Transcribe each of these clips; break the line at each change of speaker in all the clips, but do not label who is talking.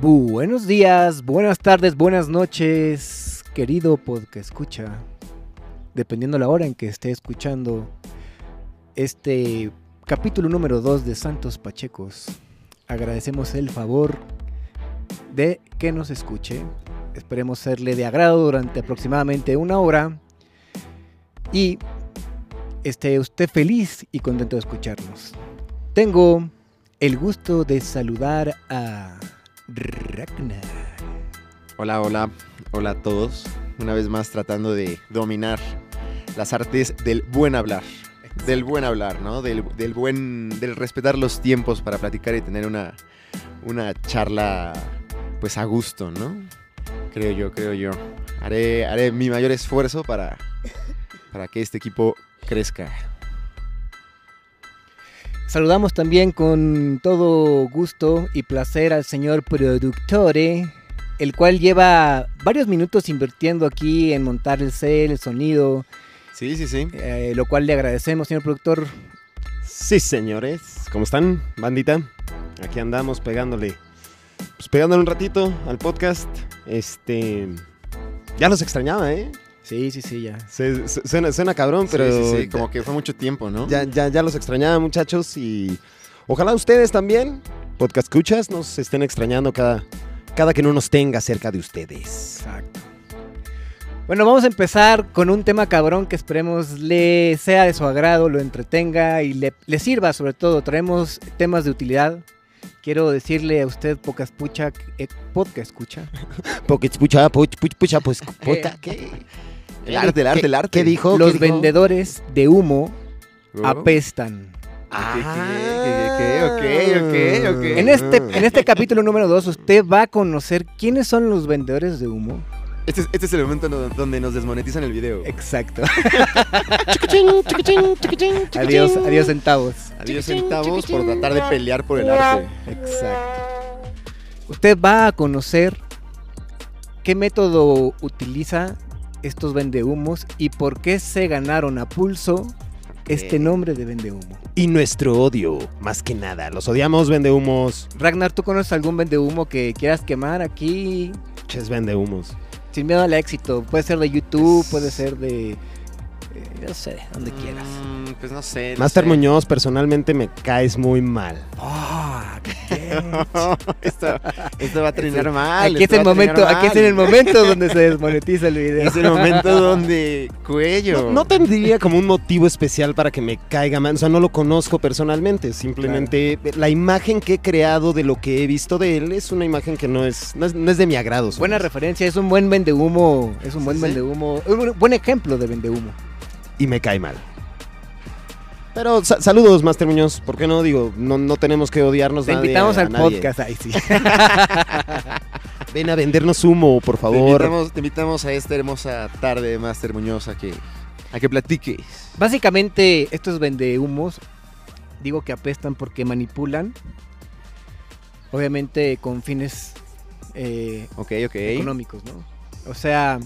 Buenos días, buenas tardes, buenas noches, querido podcast escucha. Dependiendo la hora en que esté escuchando este capítulo número 2 de Santos Pachecos, agradecemos el favor de que nos escuche. Esperemos serle de agrado durante aproximadamente una hora y esté usted feliz y contento de escucharnos. Tengo el gusto de saludar a Ragnar.
Hola, hola, hola a todos. Una vez más tratando de dominar las artes del buen hablar. Del buen hablar, ¿no? Del, del buen. del respetar los tiempos para platicar y tener una, una charla, pues a gusto, ¿no? Creo yo, creo yo. Haré, haré mi mayor esfuerzo para, para que este equipo crezca.
Saludamos también con todo gusto y placer al señor productore, el cual lleva varios minutos invirtiendo aquí en montar el cel, el sonido,
Sí, sí, sí.
eh, lo cual le agradecemos, señor productor.
Sí, señores. ¿Cómo están, bandita? Aquí andamos pegándole. Pues pegándole un ratito al podcast. Este. Ya los extrañaba, ¿eh?
Sí, sí, sí, ya.
Se- se- suena, suena cabrón, pero.
Pero sí, sí, sí, como que fue mucho tiempo, ¿no?
ya, ya, ya los extrañaba, muchachos. Y ojalá ustedes también, podcast escuchas, nos estén extrañando cada, cada que no nos tenga cerca de ustedes.
Exacto. Bueno, vamos a empezar con un tema cabrón que esperemos le sea de su agrado, lo entretenga y le, le sirva sobre todo. Traemos temas de utilidad. Quiero decirle a usted, poca escucha, eh, podcast escucha,
Porque escucha, pucha, pucha, pues, puta, ¿qué?
El arte, el arte, el arte.
¿Qué dijo? ¿Qué
los
dijo?
vendedores de humo
Oh.
apestan.
Ah. Ok, ok, ok, ok.
En este, en este capítulo número 2 usted va a conocer quiénes son los vendedores de humo.
Este, es- este es el momento no- donde nos desmonetizan el video.
Exacto. adiós, adiós centavos.
Adiós centavos por tratar de pelear por el arte.
Exacto. Usted va a conocer qué método utiliza estos vendehumos y por qué se ganaron a pulso este nombre de vendehumo.
Y nuestro odio, más que nada. Los odiamos, vendehumos.
Ragnar, ¿tú conoces algún vendehumo que quieras quemar aquí?
Ches, vendehumos.
Sin miedo al éxito. Puede ser de YouTube, puede ser de... eh, no sé, donde quieras.
Mm, pues no sé. no
Master
sé.
Muñoz, personalmente me caes muy mal.
Ah,
esto, esto va a trinar mal.
aquí es
esto
el
Ah, va a trinar
momento, aquí es en el
mal.
momento donde se desmonetiza el video.
Es el momento donde cuello.
No, no tendría como un motivo especial para que me caiga mal. O sea, no lo conozco personalmente. Simplemente la imagen que he creado de lo que he visto de él es una imagen que no es, no es, no es de mi agrado.
Buena
¿sabes?
referencia, es un buen vendehumo, es un buen
sí.
vendehumo, un buen ejemplo de vendehumo.
y me cae mal. Pero sa- saludos, Master Muñoz. ¿Por qué no? Digo, no, no tenemos que odiarnos.
Te
nadie-
invitamos
a
al
nadie.
podcast, ahí sí.
Ven a vendernos humo, por
Te
favor.
invitamos, te invitamos a esta hermosa tarde, Master Muñoz, a que, a que platiques.
Básicamente, estos vendehumos, digo que apestan porque manipulan, obviamente con fines eh,
Ok, ok.
económicos, ¿no? O sea,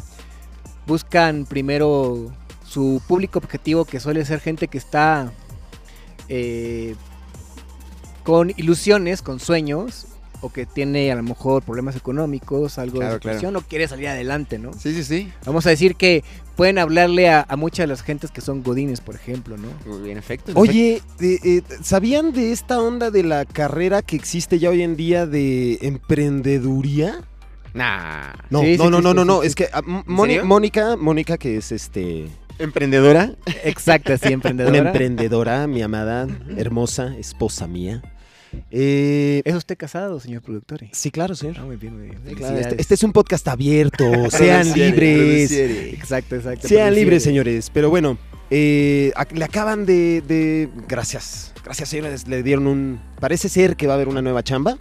buscan primero su público objetivo, que suele ser gente que está eh, con ilusiones, con sueños, o que tiene a lo mejor problemas económicos, algo
Claro,
de depresión, o quiere salir adelante, ¿no?
Sí, sí, sí.
Vamos a decir que pueden hablarle a, a muchas de las gentes que son godines, por ejemplo, ¿no?
En efecto. en
Oye, eh, eh, ¿sabían de esta onda de la carrera que existe ya hoy en día de emprendeduría?
efecto. Nah.
No,
Sí, sí
no, no, no,
existe,
no, no,
sí
Es que ah, M- Moni-
serio?
Mónica, Mónica, que es este
¿Emprendedora?
Exacto, así,
una
emprendedora.
emprendedora, mi amada, hermosa, esposa mía. Eh,
¿Es usted casado, señor productor?
sí, claro, señor.
Ah, muy bien, muy bien.
Sí, claro,
Felicidades.
este, este es un podcast abierto, sean
Produciere,
libres.
produciere.
Exacto, exacto.
Sean
felicidades.
libres, señores. Pero bueno, eh, ac- le acaban de, de- Gracias. Gracias, señores. Le dieron un... Parece ser que va a haber una nueva chamba.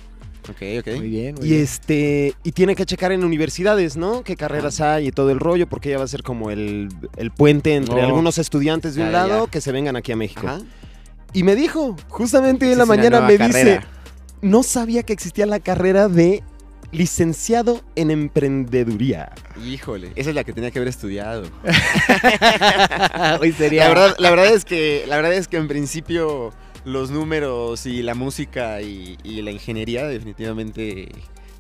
Ok,
Muy
ok.
bien, muy
Y
bien.
este... Y tiene que checar en universidades, ¿no? Qué carreras
Ah.
hay y todo el rollo. Porque ella va a ser como el, el puente entre
Oh.
algunos estudiantes de un
Ya,
lado
ya.
que se vengan aquí a México.
Ajá.
Y me dijo, justamente
Esa
en la
es una
mañana
nueva
me dice...
carrera.
No sabía que existía la carrera de licenciado en emprendeduría.
Híjole, esa es la que tenía que haber estudiado.
Hoy sería.
La verdad, la verdad es que, la verdad es que en principio los números y la música y, y la ingeniería definitivamente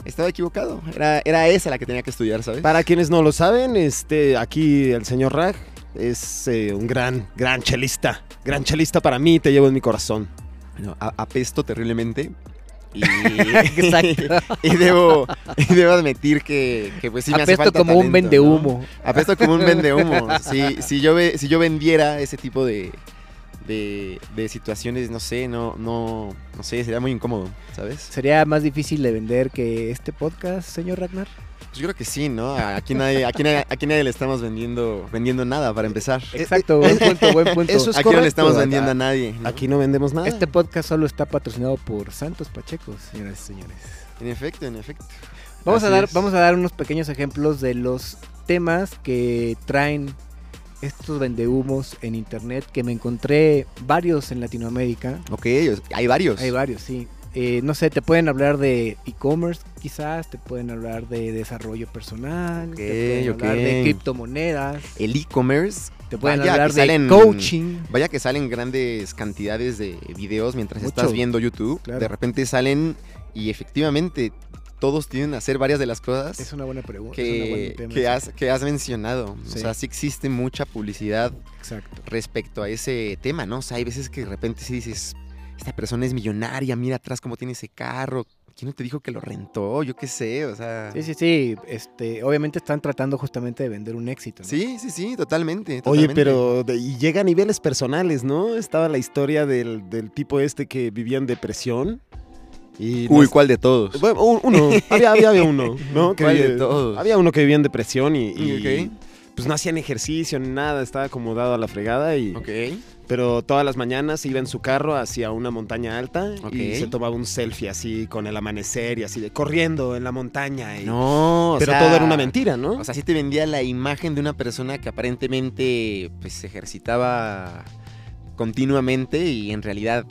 Estaba equivocado. Era, era esa la que tenía que estudiar, ¿sabes?
Para quienes no lo saben, este, aquí el señor Rag es eh, un gran, gran chelista. Gran chelista para mí, te llevo en mi corazón.
No, a- apesto terriblemente. Y,
Exacto.
y debo, y debo admitir que, que pues sí me hace
Apesto
falta
como un
talento,
vende
¿no?
humo.
Apesto como un vendehumo. Si, si, yo, ve- si yo vendiera ese tipo de, de, de situaciones, no sé, no, no, no sé, sería muy incómodo, ¿sabes?
¿Sería más difícil de vender que este podcast, señor Ragnar?
Pues yo creo que sí, ¿no? Aquí nadie, aquí nadie, aquí nadie le estamos vendiendo, vendiendo nada para empezar.
Exacto, buen punto, buen punto.
Eso es
Aquí no le estamos
correcto,
vendiendo a
acá-
nadie. ¿no?
Aquí no vendemos nada.
Este podcast solo está patrocinado por Santos Pacheco, señoras y señores.
En efecto, en efecto.
Vamos a,
Así
dar,
es.
vamos a dar unos pequeños ejemplos de los temas que traen estos vendehumos en internet, que me encontré varios en Latinoamérica.
Ok, o- hay varios.
Hay varios, sí. Eh, no sé, te pueden hablar de e-commerce, quizás, te pueden hablar de desarrollo personal, te pueden
Ok,
hablar de
ok.
criptomonedas,
El e-commerce,
te pueden
Vaya,
hablar
Ah, que
de
salen-
coaching.
vaya que salen grandes cantidades de videos mientras
Mucho.
estás viendo YouTube.
Claro.
De repente salen y efectivamente todos tienen a hacer varias de las cosas.
Es una buena pregunta. es una
que,
buena tema,
que
sí.
has, que has mencionado.
Sí.
O sea, sí existe mucha publicidad
Exacto.
respecto a ese tema, ¿no? O sea, hay veces que de repente sí dices, esta persona es millonaria, mira atrás cómo tiene ese carro. ¿Quién no te dijo que lo rentó? Yo qué sé, o sea...
Sí, sí, sí. Este, obviamente están tratando justamente de vender un éxito. ¿no?
Sí, sí, sí, totalmente.
Oye,
totalmente.
pero de- y llega a niveles personales, ¿no? Estaba la historia del, del tipo este que vivía en depresión. Y
Uy,
las-
¿cuál de todos?
Bueno, u- uno, había, había, había uno, ¿no? Que
¿Cuál de
vivía-
todos?
Había uno que vivía en depresión y, y,
Ok.
pues no hacían ejercicio ni nada, estaba acomodado a la fregada y
Ok.
pero todas las mañanas iba en su carro hacia una montaña alta
Ok.
y se tomaba un selfie así con el amanecer y así de corriendo en la montaña y-
No, o
pero
sea,
todo era una mentira, ¿no?
O sea, sí te vendía la imagen de una persona que aparentemente pues se ejercitaba continuamente y en realidad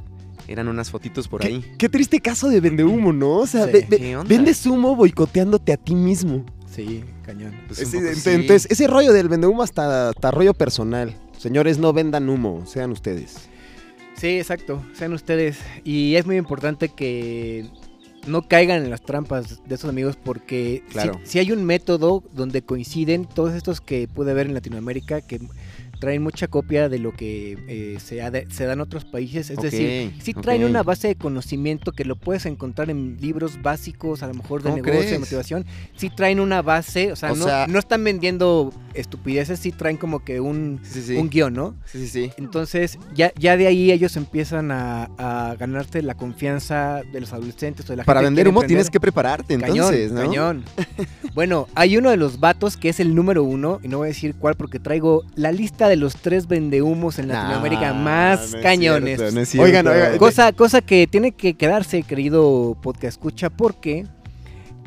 eran unas fotitos por ahí.
Qué triste caso de vende humo, ¿no? O sea,
Sí.
ve- ve-
¿Qué onda?
vendes humo boicoteándote a ti mismo.
Sí, cañón.
Pues
Ese-
un poco
ent-
sí.
Entonces, ese rollo del vende humo hasta, hasta rollo personal. Señores, no vendan humo, sean ustedes.
Sí, exacto. Sean ustedes. Y es muy importante que no caigan en las trampas de esos amigos porque si-
Claro.
si, hay un método donde coinciden todos estos que pude ver en Latinoamérica que traen mucha copia de lo que eh, se, ha de- se da en otros países. Es
Ok,
decir, si traen
ok.
una base de conocimiento que lo puedes encontrar en libros básicos, a lo mejor de
¿Cómo
negocio, de
crees?
motivación. Si traen una base, o sea,
O
no,
sea-
no están vendiendo estupideces, si traen como que un,
Sí, sí, sí.
un guión, ¿no?
Sí, sí, sí.
Entonces, ya, ya de ahí ellos empiezan a, a ganarte la confianza de los adolescentes o de la
Para
gente
vender
quiere
humo
emprender.
tienes que prepararte, entonces, ¿no?
Cañón, cañón. bueno, hay uno de los vatos que es el número uno, y no voy a decir cuál porque traigo la lista de los tres vendehumos en Latinoamérica
Nah,
más
no es
cañones.
cierto, no es cierto.
Oigan, oigan, Go-
Cosa, cosa que tiene que quedarse, querido podcast escucha, porque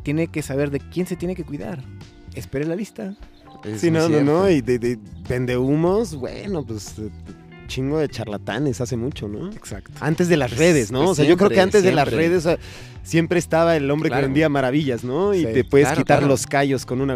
tiene que saber de quién se tiene que cuidar. Espere la lista.
Es
sí,
muy
no, no, no.
cierto.
Y de, de vende humos, bueno, pues eh, chingo de charlatanes hace mucho, ¿no?
Exacto.
Antes de las
Pues-
redes, ¿no?
pues
o sea, yo creo que
siempre,
antes de las
siempre.
redes o sea, siempre estaba el hombre
Claro.
que vendía maravillas, ¿no? Y
Sí.
te puedes
Claro,
quitar
claro.
los callos con una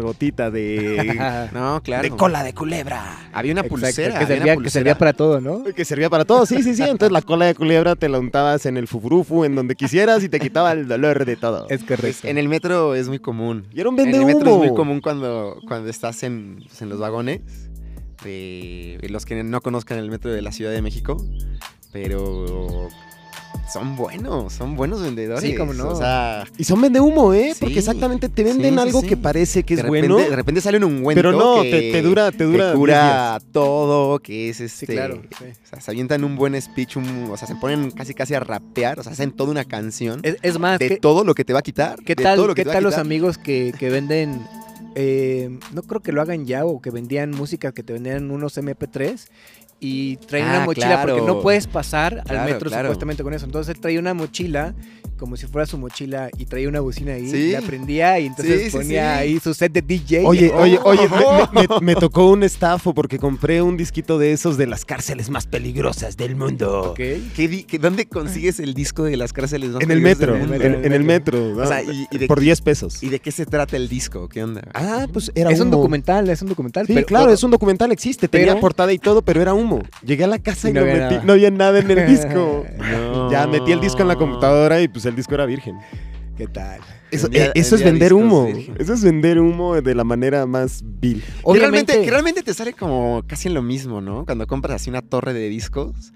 gotita de,
No, claro.
de cola de culebra.
Había una pulsera.
que,
había una
servía, que
pulsera.
servía para todo, ¿no?
Que servía para todo, sí, sí, sí. Entonces la cola de culebra te la untabas en el fufurufu, en donde quisieras y te quitaba el dolor de todo.
Es
Pues,
correcto.
en el metro es muy común.
Y era un
En
vende
el metro es muy
humo.
común cuando, cuando estás en, pues, en los vagones. De, de los que no conozcan el metro de la Ciudad de México. Pero son buenos, son buenos vendedores.
Sí, cómo no.
O sea,
Y son vende humo, ¿eh? Porque
Sí,
exactamente te
sí,
venden
sí,
algo
sí.
que parece que es
de, repente,
bueno.
de repente sale un ungüento.
Pero no,
que-
te, te dura, te
que
dura.
cura todo, que es este.
Sí, claro. sí.
O sea, se avientan un buen speech, un- o sea, se ponen casi casi a rapear, o sea, hacen toda una canción
Es, es más,
de
¿qué,
todo lo que te va a quitar.
qué
de
tal,
todo lo
qué
que te va a
tal los
quitar.
amigos que, que venden? eh, no creo que lo hagan ya o que vendían música, que te vendían unos MP3 y traen una
Ah,
mochila porque
claro.
no puedes pasar
Claro,
al metro
claro.
supuestamente con eso. Entonces él traía una mochila como si fuera su mochila y traía una bocina ahí,
Sí.
la prendía y entonces
Sí, sí,
ponía
sí.
ahí su set de DJ.
Oye,
Oh.
oye, oye, me, me- me tocó un estafo porque compré un disquito de esos de las cárceles más peligrosas del mundo.
Ok.
¿Qué di- qué- ¿Dónde consigues el disco de las cárceles? más
En el
peligrosas
metro,
del
en,
mundo?
en el
en el metro.
O sea,
¿no?
y, y de,
por 10 pesos.
¿y de qué se trata el disco? ¿Qué onda?
ah, pues era
Es un
humo.
documental, es un documental.
Sí,
pero-
claro, es un documental, existe. Tenía
pero-
portada y todo, pero era humo. Llegué a la casa y,
Y no
lo
había
metí.
nada.
No había nada en el disco.
No.
ya metí el disco en la computadora y pues el disco era virgen.
¿Qué tal?
Eso,
Vendía-
eh, eso es
vendía
vender
discos
humo.
virgen.
Eso es vender humo de la manera más vil.
Que realmente, que realmente te sale como casi en lo mismo, ¿no? Cuando compras así una torre de discos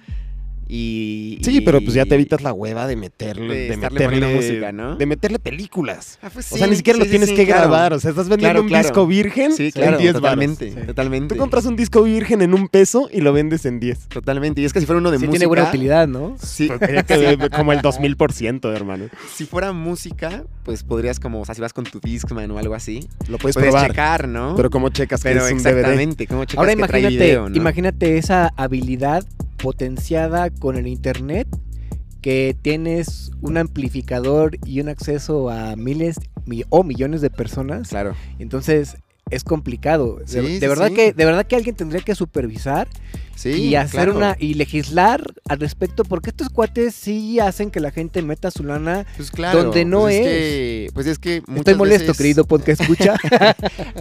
y...
Sí, pero pues ya te evitas la hueva de meterle,
De
de,
estarle
meterle
poniendo música, ¿no?
De meterle películas.
Ah, pues
o
sí,
sea, ni siquiera
sí,
lo tienes
sí,
que
claro.
grabar. O sea, estás vendiendo
Claro,
un
claro.
disco virgen
Sí,
claro,
claro,
en 10 varos.
totalmente,
Em, Sí.
totalmente.
Tú compras un disco virgen en un peso y lo vendes en 10.
Totalmente, y es que si fuera uno de
sí
música...
tiene buena utilidad, ¿no?
Sí,
Como el 2000%, hermano.
si fuera música, pues podrías como, o sea, si vas con tu Discman o algo así,
Lo puedes
puedes
probar.
checar, ¿no?
Pero como checas que
Pero
es un DVD.
exactamente, ¿cómo checas
Ahora
que trae
imagínate,
video, ¿no?
imagínate esa habilidad potenciada con el internet que tienes un amplificador y un acceso a miles mi- o millones de personas.
Claro.
Entonces es complicado. De-
Sí,
de,
sí,
verdad
sí.
que de verdad que alguien tendría que supervisar
Sí,
y hacer
claro.
una y legislar al respecto porque estos cuates sí hacen que la gente meta su lana.
Pues claro,
donde no
pues
es.
que- pues es que
Estoy
muchas
molesto,
veces
querido podcast escucha.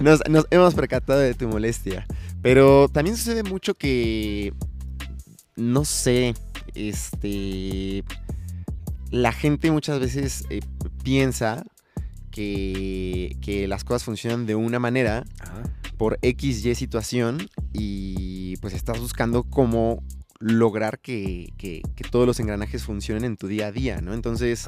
Nos, nos hemos percatado de tu molestia. Pero también sucede mucho que. No sé. Este. La gente muchas veces eh, piensa que, que las cosas funcionan de una manera
Ah,
por X, Y situación y pues estás buscando cómo lograr que, que- que todos los engranajes funcionen en tu día a día, ¿no? Entonces,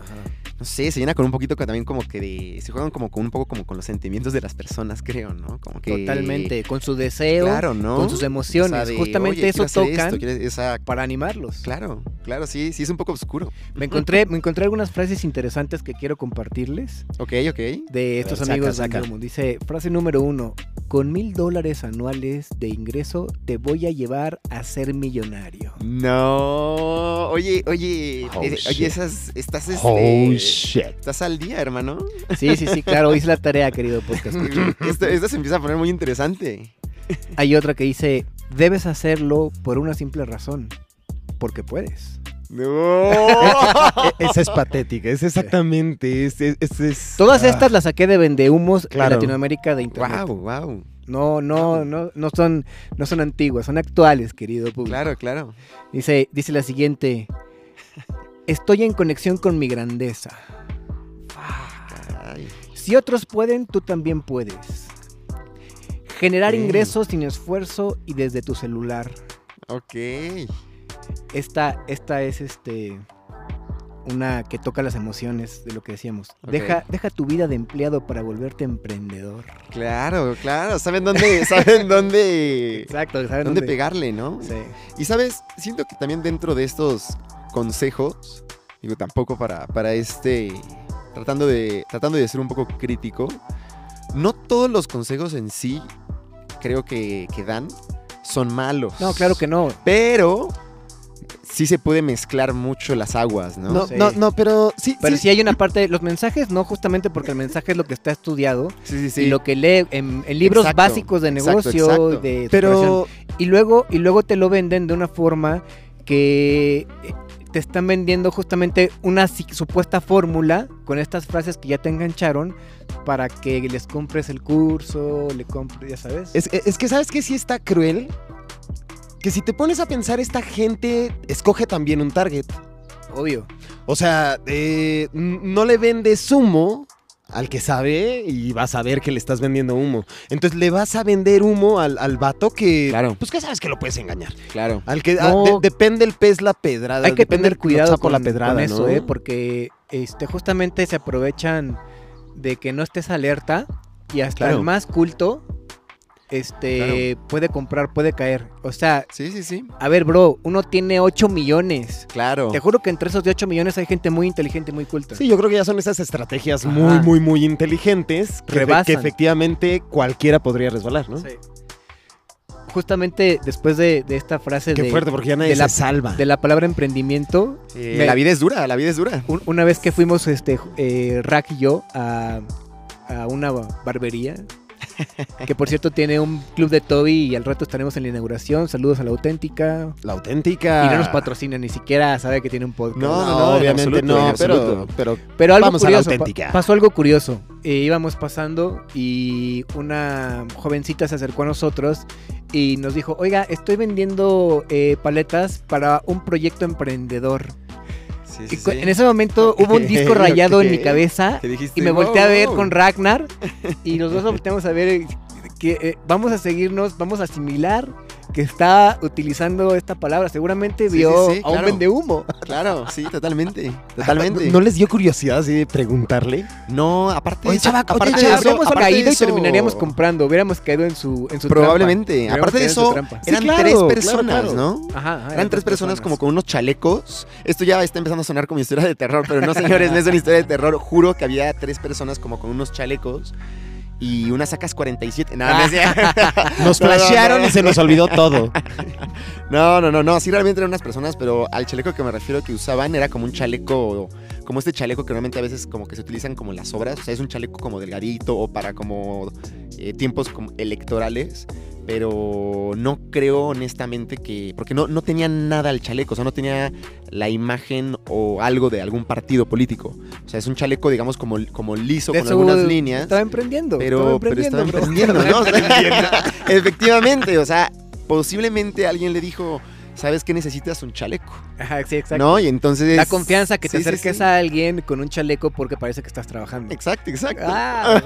no sé, se llena con un poquito que también como que de, se juegan como con un poco como con los sentimientos de las personas, creo, ¿no? Como que
Totalmente, con su deseo,
claro, ¿no?
con sus emociones.
O sea, de,
Justamente
"Oye,
eso
quiero hacer
tocan
esto, quiero- esa-
para animarlos.
claro, claro, sí, sí es un poco oscuro.
Me encontré, me encontré algunas frases interesantes que quiero compartirles
Ok, ok.
de estos
saca,
amigos
saca.
de Anonymous. Dice, frase número uno, con mil dólares anuales de ingreso te voy a llevar a ser millonario.
No, oye, oye,
Oh,
eh,
shit.
oye, esas, estás, este,
Oh, shit.
estás al día, hermano.
Sí, sí, sí, claro, hice la tarea, querido podcast.
esto, esto se empieza a poner muy interesante.
Hay otra que dice, debes hacerlo por una simple razón, porque puedes.
No.
E- Esa es patética. Es exactamente. Es, es, es- es-
Todas
ah.
estas las saqué de vendehumos
Claro.
en Latinoamérica de internet.
wow, wow.
No, no, no, no son, no son antiguas, son actuales, querido público.
Claro, claro.
Dice, dice la siguiente. Estoy en conexión con mi grandeza.
Caray.
Si otros pueden, tú también puedes. Generar
Ok.
ingresos sin esfuerzo y desde tu celular.
Ok.
Esta, esta es este una que toca las emociones de lo que decíamos.
Ok.
Deja, deja tu vida de empleado para volverte emprendedor.
Claro, claro. Saben dónde, saben dónde,
Exacto, ¿saben
dónde pegarle, ¿no?
Sí.
Y sabes, siento que también dentro de estos consejos, digo, tampoco para, para este, tratando de, tratando de ser un poco crítico, no todos los consejos en sí creo que, que dan son malos.
No, claro que no.
Pero sí se puede mezclar mucho las aguas, ¿no?
No,
Sí.
no, no, pero sí.
Pero
sí,
sí hay una parte de los mensajes, no justamente porque el mensaje es lo que está estudiado,
sí, sí,
y lo que lee en, en libros
Exacto,
básicos de
exacto,
negocio
exacto.
y de superación.
Pero
y luego y luego te lo venden de una forma que eh, te están vendiendo justamente una si- supuesta fórmula con estas frases que ya te engancharon para que les compres el curso, le compres, ya sabes.
es, es que sabes que sí está cruel. Que si te pones a pensar, esta gente escoge también un target.
obvio.
O sea, eh, n- no le vendes humo al que sabe y va a saber que le estás vendiendo humo. Entonces le vas a vender humo al, al vato que.
Claro.
Pues que sabes que lo puedes engañar.
Claro.
Al que
No.
ah, de- depende el pez la pedrada.
Hay que
depende
tener
el
cuidado
sapo
con,
la pedrada,
con
¿no?
eso, ¿eh? porque este, justamente se aprovechan de que no estés alerta y hasta
Claro.
el más culto este, puede comprar, puede caer. O sea,
Sí, sí, sí.
a ver, bro, uno tiene 8 millones.
Claro.
Te juro que entre esos de 8 millones hay gente muy inteligente, muy culta.
Sí, yo creo que ya son esas estrategias
Ajá.
muy, muy, muy inteligentes que,
Rebasan.
que efectivamente cualquiera podría resbalar, ¿no?
Sí. Justamente después de, de esta frase
Qué
de,
fuerte, porque ya nadie
de la-
se salva.
de la palabra emprendimiento,
Eh,
Me-
La vida es dura, la vida es dura.
un- una vez que fuimos este, ju- eh, Rack y yo a, a una ba- barbería, que por cierto tiene un club de Toby y al rato estaremos en la inauguración. Saludos a la auténtica.
La auténtica.
Y no nos patrocina, ni siquiera sabe que tiene un podcast.
No,
Ah. No,
no,
no,
en
obviamente
absoluto, en
no, pero,
absoluto.
pero
Pero algo
Vamos a la
curioso. pa-
auténtica.
pasó algo curioso. Eh, íbamos pasando y una jovencita se acercó a nosotros y nos dijo: Oiga, estoy vendiendo eh, paletas para un proyecto emprendedor.
Sí,
Que
sí,
cu-
sí.
En ese momento hubo un disco
Ok,
rayado en mi
ok.
cabeza
Que dijiste,
y me volteé a ver
"Wow".
con Ragnar y los dos volteamos a ver eh, que eh, vamos a seguirnos, vamos a asimilar que está utilizando esta palabra. Seguramente
Sí,
vio
sí, sí,
a un
claro.
vende humo.
Claro, sí, totalmente. Totalmente.
¿No les dio curiosidad así de preguntarle?
No, aparte
Oye,
de eso-
chava, oye,
aparte de
chava,
eso-
habríamos
aparte de
caído y
eso-
terminaríamos comprando, hubiéramos caído en su en su trampa.
Probablemente.
Hubiéramos
Aparte de
caído en su
eso,
trampa.
Sí,
eran
claro,
tres
claro,
personas,
claro.
¿no?
Ajá, ajá,
Eran tres personas como con unos chalecos. Esto ya está empezando a sonar como historia de terror, pero no, señores, no es una historia de terror. Juro que había tres personas como con unos chalecos y unas sacas 47. Nada, no, es cierto.
Nos
No, no,
flashearon
no.
y se nos olvidó todo.
no, no, no, no. Sí, realmente eran unas personas, pero al chaleco que me refiero que usaban era como un chaleco, como este chaleco que normalmente a veces como que se utilizan como en las obras. O sea, es un chaleco como delgadito o para como eh, tiempos como electorales. Pero no creo honestamente que. Porque no, no tenía nada al chaleco, o sea, no tenía la imagen o algo de algún partido político. O sea, es un chaleco, digamos, como, como liso,
De
con
su-
algunas líneas.
Estaba emprendiendo.
Pero, pero
estaba
estaba
emprendiendo,
emprendiendo, ¿no? O sea, Efectivamente, o sea, posiblemente alguien le dijo, ¿sabes qué necesitas? Un chaleco,
bro. Ajá, sí, exacto.
¿no? Y entonces...
La confianza que te
Sí, sí,
acerques
sí.
a alguien con un chaleco porque parece que estás trabajando.
Exacto, exacto.
Ah.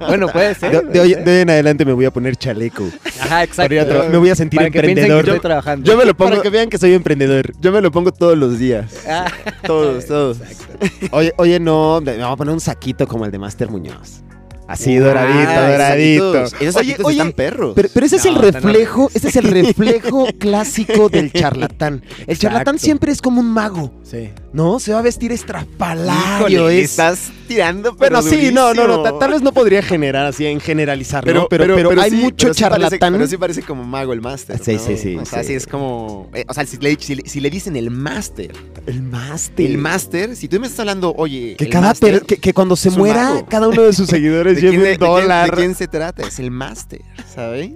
bueno, puede ser.
Ah, De, de
puede
hoy,
ser.
de hoy en adelante me voy a poner chaleco.
Ajá, exacto.
Para ir a traba- me voy a sentir
Para que piensen que
emprendedor.
estoy
Yo,
trabajando.
yo me lo pongo. Para que vean que soy emprendedor.
Yo me lo pongo todos los días.
Ah,
Todos, todos.
exacto.
Oye, oye, no, me voy a poner un saquito como el de Master Muñoz. Así
Wow,
doradito,
Ah,
doradito.
esos saquitos- Esos
oye,
saquitos
oye,
están perros.
pero, pero ese es el
No, están
reflejo, ese es el reflejo clásico del charlatán. El charlatán
Exacto.
siempre es como un mago,
Sí.
¿no? Se va a vestir estrafalario.
Híjole, le
es-
estás tirando, pero
Bueno, sí, no, no, no, ta-
durísimo.
tal vez no podría generar así en generalizarlo, pero, pero, pero, hay
sí,
mucho
pero sí parece-
charlatán.
pero sí parece como mago el máster.
Sí,
¿no?
sí, sí,
O sea,
sí.
sí es como. eh, o sea, si le, si le- si le dicen el máster,
El máster.
el máster, si tú me estás hablando, oye.
Que,
el
cada
máster,
per- que, que cuando se
es un
muera,
mago.
cada uno de sus seguidores
¿De quién,
lleve
de-
un
de quién-
dólar.
de quién se trata? Es el máster, ¿sabéis?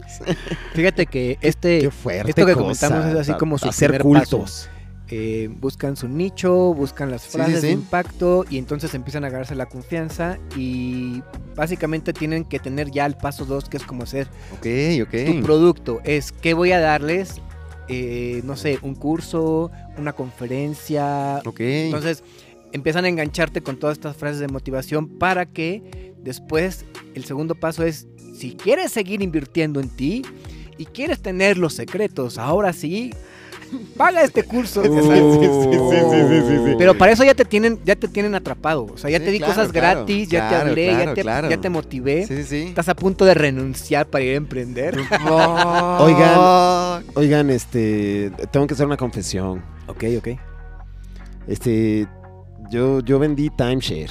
Fíjate que este
Qué fuerte
esto que
cosa,
comentamos es así
a-
como su
hacer
primer
cultos.
eh, buscan su nicho, buscan las
Sí,
frases
sí, sí.
de impacto y entonces empiezan a ganarse la confianza y básicamente tienen que tener ya el paso 2 que es como hacer
Ok, ok.
tu producto es qué voy a darles, Eh, no sé, un curso, una conferencia.
ok.
Entonces empiezan a engancharte con todas estas frases de motivación para que después el segundo paso es, si quieres seguir invirtiendo en ti y quieres tener los secretos, ahora sí, paga este curso.
Sí, sí, sí, sí, sí, sí.
Pero para eso ya te tienen, ya te tienen atrapado. O sea, ya
Sí,
te di
claro,
cosas
claro,
gratis, ya
claro,
te hablé,
claro,
ya, te,
claro.
ya te
¿eh?
motivé.
Sí, sí, sí.
Estás a punto de renunciar para ir a emprender.
Oigan.
Oigan, este, tengo que hacer una confesión.
Ok, ok.
Este, yo, yo vendí timeshare.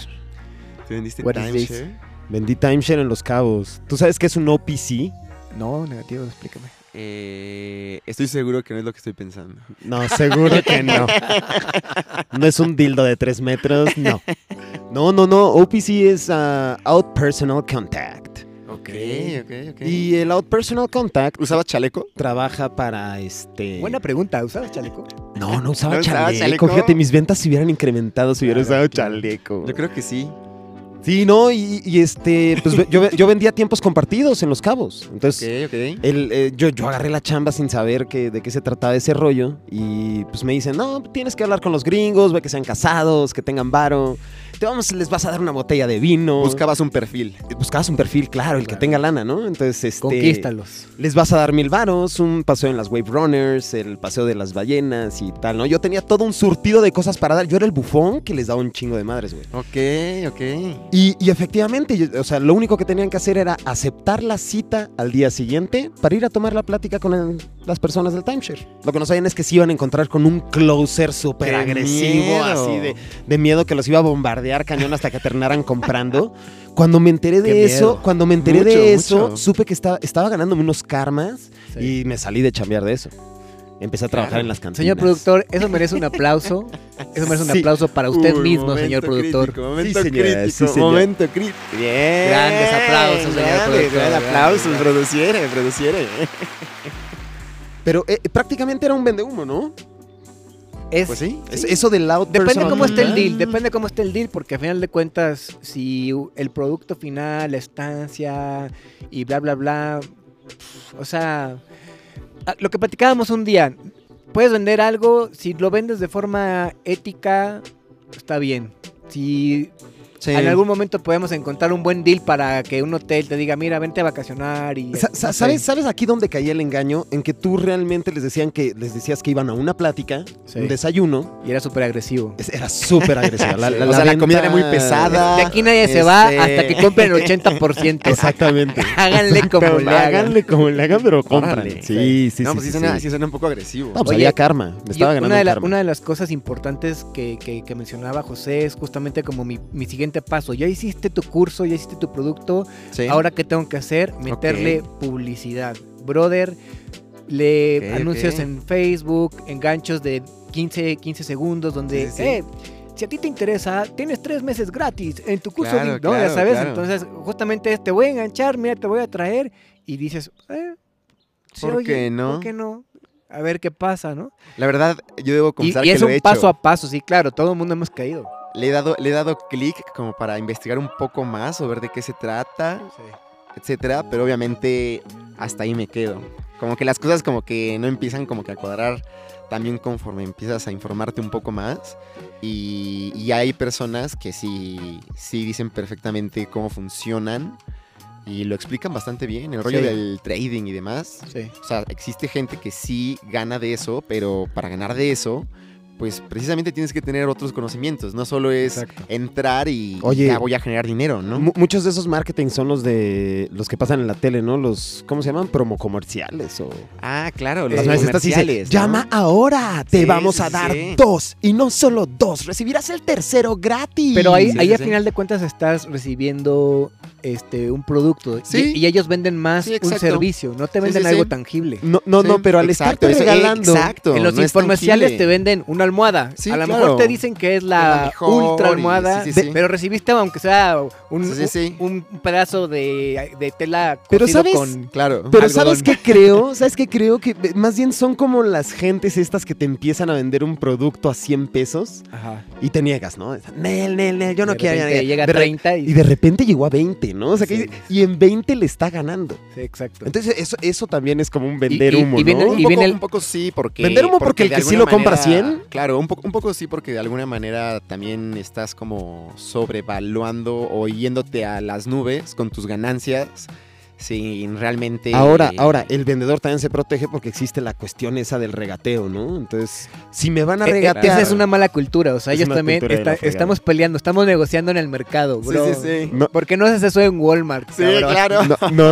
¿Te vendiste
What is this?
timeshare?
Vendí timeshare en Los Cabos. ¿Tú sabes qué es un OPC?
No, negativo, explícame.
Eh, estoy seguro que no es lo que estoy pensando.
No, seguro que no. No es un dildo de tres metros, no. No, no, no. OPC es ah, Out Personal Contact.
Ok, ok, ok.
Y el Out Personal Contact
¿Usabas chaleco?
trabaja para este.
Buena pregunta, ¿usabas chaleco?
No, no usaba
¿No usaba
chaleco.
chaleco?
Fíjate, mis ventas se hubieran incrementado si hubiera
Claro,
usado
claro.
chaleco.
Yo creo que sí.
Sí, no, y, y este, pues ve- yo, ve- yo vendía tiempos compartidos en Los Cabos. Entonces,
Ok, ok.
el, eh, yo, yo agarré la chamba sin saber que, de qué se trataba ese rollo y pues me dicen, no, tienes que hablar con los gringos, ve que sean casados, que tengan varo, te vamos, les vas a dar una botella de vino.
Buscabas un perfil.
Buscabas un perfil, claro, el que
Claro.
tenga lana, ¿no? Entonces, este...
Conquístalos.
Les vas a dar mil varos, un paseo en las Wave Runners, el paseo de las ballenas y tal, ¿no? Yo tenía todo un surtido de cosas para dar. Yo era el bufón que les daba un chingo de madres, güey.
Ok, ok.
Y, y efectivamente, yo- o sea, lo único que tenían que hacer era aceptar la cita al día siguiente para ir a tomar la plática con el- las personas del timeshare. Lo que no sabían es que se iban a encontrar con un closer súper
¡Qué
agresivo,
miedo!
así de, de miedo que los iba a bombardear cañón hasta que terminaran comprando. Cuando me enteré
¡Qué
de eso,
miedo!
cuando me enteré
Mucho,
de eso,
mucho.
supe que estaba, estaba ganándome unos karmas
Sí.
y me salí de chambear de eso. Empecé a trabajar
Claro.
en las cantinas.
Señor productor, eso merece un aplauso. Eso merece un
Sí.
aplauso para usted
Uy,
mismo,
momento
señor productor.
crítico, momento
Sí, señora,
crítico,
sí, señor.
momento crítico. Bien.
Grandes aplausos, señor productor,
Grandes
grandes,
aplausos,
grandes.
produciere, produciere.
Pero eh, prácticamente era un vendehumo, ¿no?
Es,
Pues sí.
Es- Eso del loud
Depende
personal
cómo esté el
brand.
deal, depende cómo esté el deal, porque al final de cuentas, si el producto final, la estancia y bla, bla, bla, pf, o sea, a- lo que platicábamos un día, puedes vender algo, si lo vendes de forma ética, está bien. Si
Sí.
en algún momento podemos encontrar un buen deal para que un hotel te diga, mira, vente a vacacionar y...
Sa- sa-
no sé.
¿Sabes, ¿Sabes aquí dónde caía el engaño? En que tú realmente les decían que les decías que iban a una plática,
Sí.
un desayuno.
Y era súper agresivo.
Es- Era súper agresiva.
Sí. O sea, la comida era muy pesada.
De aquí nadie se va
este-
hasta que compren el 80%.
Exactamente.
Háganle como le hagan.
háganle como le hagan, pero
Órale.
cómpranle. Sí, sí,
no, pues
sí.
sí,
sí,
suena,
"Ah, sí.
sí suena un poco agresivo.
No, pues
Oye,
había karma. Me estaba
Y
ganando
una, de la-
karma.
una de las cosas importantes que, que- que mencionaba José es justamente como mi, mi siguiente paso. Ya hiciste tu curso, ya hiciste tu producto,
Sí.
ahora qué tengo que hacer? Meterle publicidad. Brother, le
Ok,
anuncios
ok.
en Facebook, enganchos de 15, 15 segundos donde,
Sí, sí, sí.
"Eh, si a ti te interesa, tienes tres meses gratis en tu curso. de-
Claro,
¿no?
claro,
ya sabes,
claro.
entonces justamente es, te voy a enganchar, mira, te voy a traer y dices, eh, se
¿Por
oye,
qué no?
¿Por qué no? A ver qué pasa, ¿no?
La verdad, yo debo
Y,
confesar
y
que
es
lo
un
he hecho.
paso a paso, sí, claro, todo el mundo hemos caído.
Le he dado, le he dado clic como para investigar un poco más o ver de qué se trata, etcétera. Pero obviamente hasta ahí me quedo. Como que las cosas como que no empiezan como que a cuadrar también conforme empiezas a informarte un poco más. Y, y hay personas que sí, sí dicen perfectamente cómo funcionan y lo explican bastante bien. El rollo
Sí.
del trading y demás.
Sí.
O sea, existe gente que sí gana de eso, pero para ganar de eso, pues precisamente tienes que tener otros conocimientos. No solo es
Exacto.
entrar y
Oye.
ya voy a generar dinero, ¿no?
Mu- Muchos de esos marketing son los de los que pasan en la tele, ¿no? Los ¿cómo se llaman? Promocomerciales o
ah, claro,
Las veces estas dicen,
comerciales, ¿no?
llama ahora, te
Sí,
vamos a
sí,
dar
sí.
dos y no solo dos, recibirás el tercero gratis.
Pero ahí,
sí,
ahí
sí,
a
sí.
final de cuentas estás recibiendo este un producto. y-
Sí.
Y, ellos venden más
Sí,
un
exacto.
servicio, no te
Sí,
venden
sí,
algo
sí.
tangible.
no, no,
Sí,
no, pero al
exacto,
estarte
eso- eh,
regalando,
exacto,
en los
no es
informerciales
tangible.
te venden una almohada.
Sí,
a lo
claro.
mejor te dicen que es la,
La mejor
ultra
y-
almohada,
sí, sí,
de-
sí.
pero recibiste aunque sea un,
Sí, sí, sí.
un- un pedazo de, de tela
Pero
cosido
¿sabes?
con...
Claro.
Pero
Algodón.
¿sabes qué creo? ¿Sabes qué creo? Que eh, más bien son como las gentes estas que te empiezan a vender un producto a 100 pesos
Ajá.
y te niegas, ¿no? Nel, nel, nel, yo no
De
quiero.
repente
ya, ya".
llega a
De re-
30 y...
Y de repente llegó a 20, ¿no? O sea, que
Sí.
dice, y en 20 le está ganando.
Sí, exacto.
Entonces, eso, eso también es como un vender
Y- y-
humo,
y viene-
¿no?
Un,
y
poco,
viene el-
un poco sí, porque...
Vender humo porque el
de
que sí
alguna
lo compra
manera-
100.
Claro, un, poco- un poco sí porque de alguna manera también estás como sobrevaluando o yéndote a las nubes con tus ganancias sin realmente... eh,
Ahora, ahora, el vendedor también se protege porque existe la cuestión esa del regateo, ¿no? Entonces, si me van a
Eh, eh,
regatear.
Esa es una mala cultura, o sea,
Es
ellos
una
también
cultura de la
está-
fregada.
estamos peleando, estamos negociando en el mercado,
Sí,
bro.
sí, sí.
No,
¿Por qué no haces eso en Walmart?
Sí,
cabrón?
claro.
no, no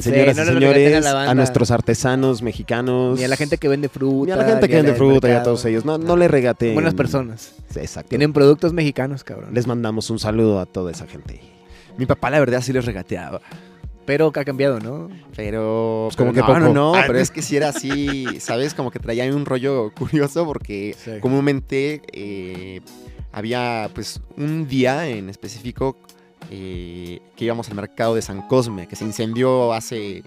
Sí,
señoras
no
y
le regateen
señores,
a la
a,
banda.
nuestros artesanos mexicanos.
Ni a la gente que vende fruta.
Ni a la gente
ni a
que
la
vende
del
fruta y a
mercado.
todos ellos. No, no le regateen.
Buenas personas.
Exacto.
Tienen productos mexicanos, cabrón.
Les mandamos un saludo a toda esa gente.
Mi papá la verdad sí les regateaba.
Pero que ha cambiado, ¿no?
Pero.
Pues como
pero
que
no,
poco.
No, no,
Ah.
pero es que si era así, ¿sabes? Como que traía un rollo curioso porque
Sí.
comúnmente eh, había pues un día en específico eh, que íbamos al mercado de San Cosme, que se incendió hace,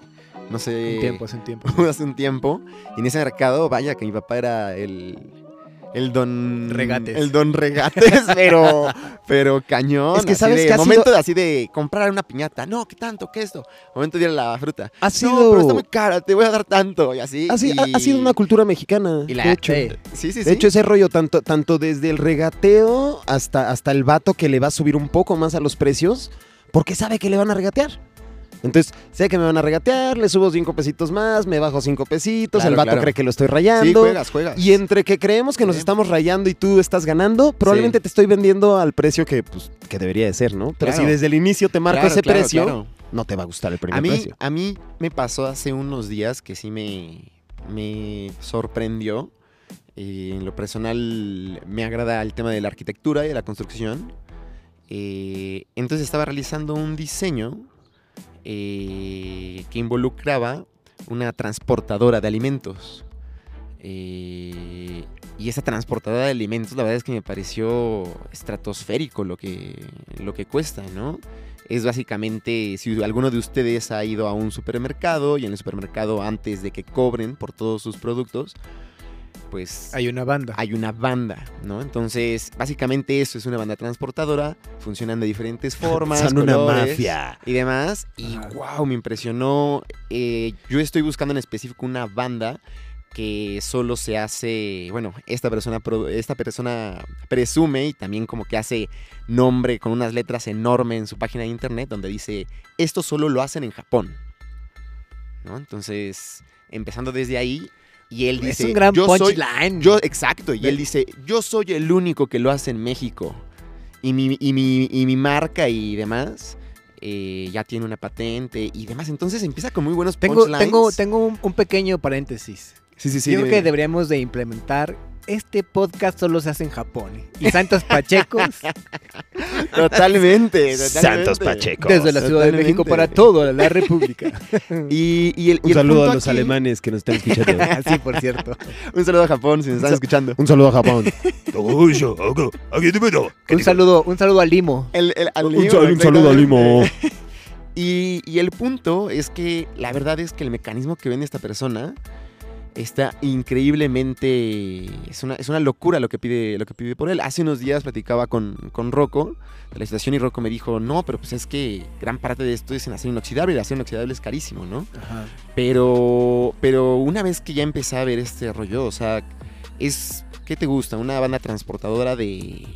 no sé,
Un tiempo, hace un tiempo.
hace un tiempo. Y en ese mercado, vaya, que mi papá era el... El don.
Regates.
El don regates, pero. Pero cañón.
Es que
así
sabes
de-
que ha sido-
Momento de así de comprar una piñata. No, ¿qué tanto? ¿Qué esto? Momento de ir a la fruta.
Ha
No, pero
sido,
está muy cara, te voy a dar tanto. Y así.
ha, si- ha-
y-
ha sido una cultura mexicana.
y la-
de hecho.
Sí.
Sí, sí, sí.
De hecho, ese rollo, tanto, tanto desde el regateo hasta, hasta el vato que le va a subir un poco más a los precios, porque sabe que le van a regatear. Entonces, sé que me van a regatear, le subo cinco pesitos más, me bajo cinco pesitos,
Claro,
el vato
claro.
cree que lo estoy
sí,
rayando.
juegas, juegas.
y entre que creemos que nos
Sí.
estamos rayando y tú estás ganando, probablemente te estoy vendiendo al precio que, pues, que debería de ser, ¿no? Pero
Claro.
si desde el inicio te marco
Claro,
ese
claro,
precio,
claro.
no te va a gustar el primer
A mí,
precio.
a mí me pasó hace unos días que sí me, me sorprendió. Eh, en lo personal me agrada el tema de la arquitectura y de la construcción. Eh, entonces estaba realizando un diseño eh, que involucraba una transportadora de alimentos. Eh, y esa transportadora de alimentos, la verdad es que me pareció estratosférico lo que, lo que cuesta, ¿no? es básicamente si alguno de ustedes ha ido a un supermercado y en el supermercado antes de que cobren por todos sus productos, pues
Hay una banda.
hay una banda, ¿no? Entonces, básicamente eso es una banda transportadora, funcionan de diferentes formas.
Son una
colores
mafia.
Y demás. Y
Ajá.
wow, me impresionó. Eh, yo estoy buscando en específico una banda que solo se hace, bueno, esta persona, pro- esta persona presume y también como que hace nombre con unas letras enormes en su página de internet donde dice, esto solo lo hacen en Japón. ¿No? Entonces, empezando desde ahí, y él
Es
dice,
un gran
yo soy,
punchline.
yo, exacto, y
Ve-
él dice, yo soy el único que lo hace en México. Y mi, y mi, y mi marca y demás eh, ya tiene una patente y demás. Entonces empieza con muy buenos
Tengo,
punchlines.
tengo, tengo un, un pequeño paréntesis.
Sí, sí, sí.
Yo creo
dime,
que
dime.
deberíamos de implementar este podcast solo se hace en Japón. Y Santos Pachecos
Totalmente, totalmente.
Santos Pacheco.
desde la Ciudad de México
Totalmente.
para toda la República.
Y, y el, y
Un
el
saludo
punto
a los
aquí-
alemanes que nos están escuchando.
Así, por cierto.
Un saludo a Japón si nos están escuchando.
Un saludo a Japón.
Un saludo, un saludo a Limo.
El- el- al
un,
Limo,
sal- un saludo a
exactamente.
Limo.
Y, y el punto es que la verdad es que el mecanismo que vende esta persona está increíblemente... Es una, es una locura lo que, pide, lo que pide por él. Hace unos días platicaba con, con Rocco de la situación y Rocco me dijo, no, pero pues es que gran parte de esto es en acero inoxidable y el acero inoxidable es carísimo, ¿no? Pero, pero una vez que ya empecé a ver este rollo, o sea, es, ¿qué te gusta? Una banda transportadora de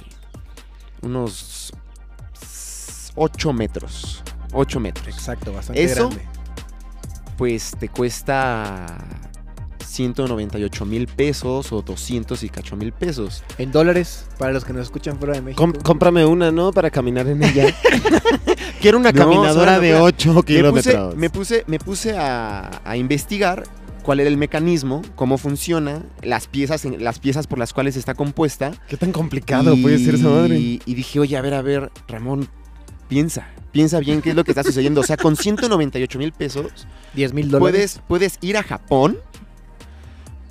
unos 8 metros. 8 metros.
Exacto, bastante
Eso,
grande.
Pues te cuesta 198 mil pesos o 200 y cacho mil pesos.
En dólares, para los que nos escuchan fuera de México.
Com- cómprame una, ¿no? Para caminar en ella. Quiero una
No,
caminadora
suena
de
buena.
8
Me puse,
kilómetros.
me puse, me puse a, a investigar cuál era el mecanismo, cómo funciona, las piezas, en- las piezas por las cuales está compuesta.
Qué tan complicado puede ser esa madre.
Y y dije, oye, a ver, a ver, Ramón, piensa. Piensa bien qué es lo que está sucediendo. O sea, con 198 mil pesos
10 mil dólares.
puedes, puedes ir a Japón,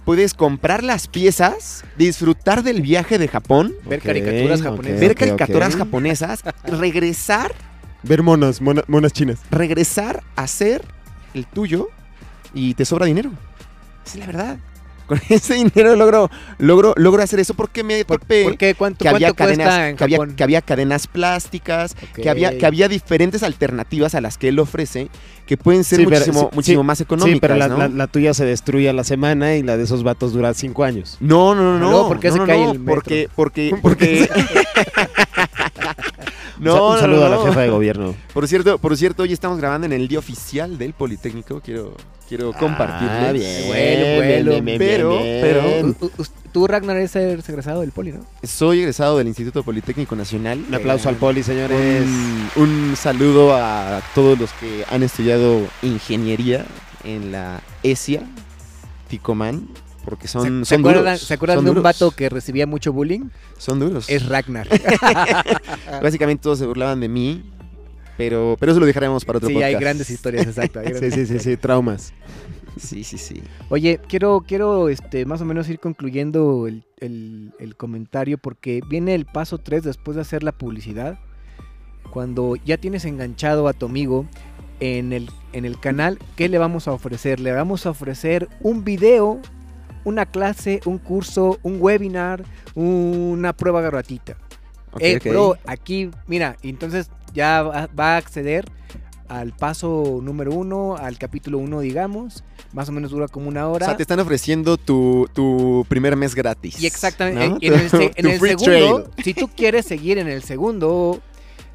puedes comprar las piezas, disfrutar del viaje de Japón,
ver
Ok,
caricaturas
ok,
japonesas.
ver
ok,
caricaturas
ok.
japonesas, regresar,
Ver monos, mona- monas chinas.
regresar a hacer el tuyo y te sobra dinero. Esa es la verdad. Con ese dinero logro, logro, logro hacer eso porque me
¿Por,
topé
por qué? ¿Cuánto,
que había
cuánto cuesta
cadenas,
en
que había,
Japón?
que había cadenas plásticas,
Ok.
que había, que había diferentes alternativas a las que él ofrece que pueden ser
Sí, pero-
muchísimo,
sí,
muchísimo
sí,
más económicas,
Sí, pero la,
¿no?
la- la tuya se destruye a la semana y la de esos vatos dura 5 años.
No, no, no,
No,
no.
¿por qué
no,
se
no,
cae
no,
el metro?
Porque, porque, porque...
Un sa-
no,
un saludo
no, no.
a la jefa de gobierno.
Por cierto, por cierto, hoy estamos grabando en el día oficial del Politécnico. Quiero, quiero
Ah,
compartirles.
bien, bien, bien,
bien, bien, bien.
U- u- Tú, Ragnar, eres egresado del poli, ¿no?
Soy egresado del Instituto Politécnico Nacional. Eh,
Un aplauso al poli, señores.
Un, un saludo a todos los que han estudiado ingeniería en la E ESIA, Ticomán, porque son,
¿Se
son
acuerdan,
duros.
¿se acuerdan
son
de un
duros,
vato que recibía mucho bullying?
Son duros. Ah,
Es Ragnar.
Básicamente todos se burlaban de mí, pero, pero eso lo dejaremos para otro
sí,
podcast.
hay grandes historias, exacto. hay
Sí,
grandes-
sí, sí, sí, traumas.
Sí, sí, sí.
Oye, quiero, quiero este, más o menos ir concluyendo el, el- el comentario porque viene el paso 3 después de hacer la publicidad. Cuando ya tienes enganchado a tu amigo en el, en el canal, ¿qué le vamos a ofrecer? Le vamos a ofrecer un video, una clase, un curso, un webinar, una prueba gratuita.
Ok,
Eh,
ok.
bro, aquí, mira, entonces ya va, va a acceder al paso número uno, al capítulo uno, digamos. Más o menos dura como una
O
hora.
sea, te están ofreciendo tu, tu primer mes gratis.
Y exactamente,
¿no?
en, en el, se- en
Tu
el
free
segundo,
trial.
si tú quieres seguir en el segundo,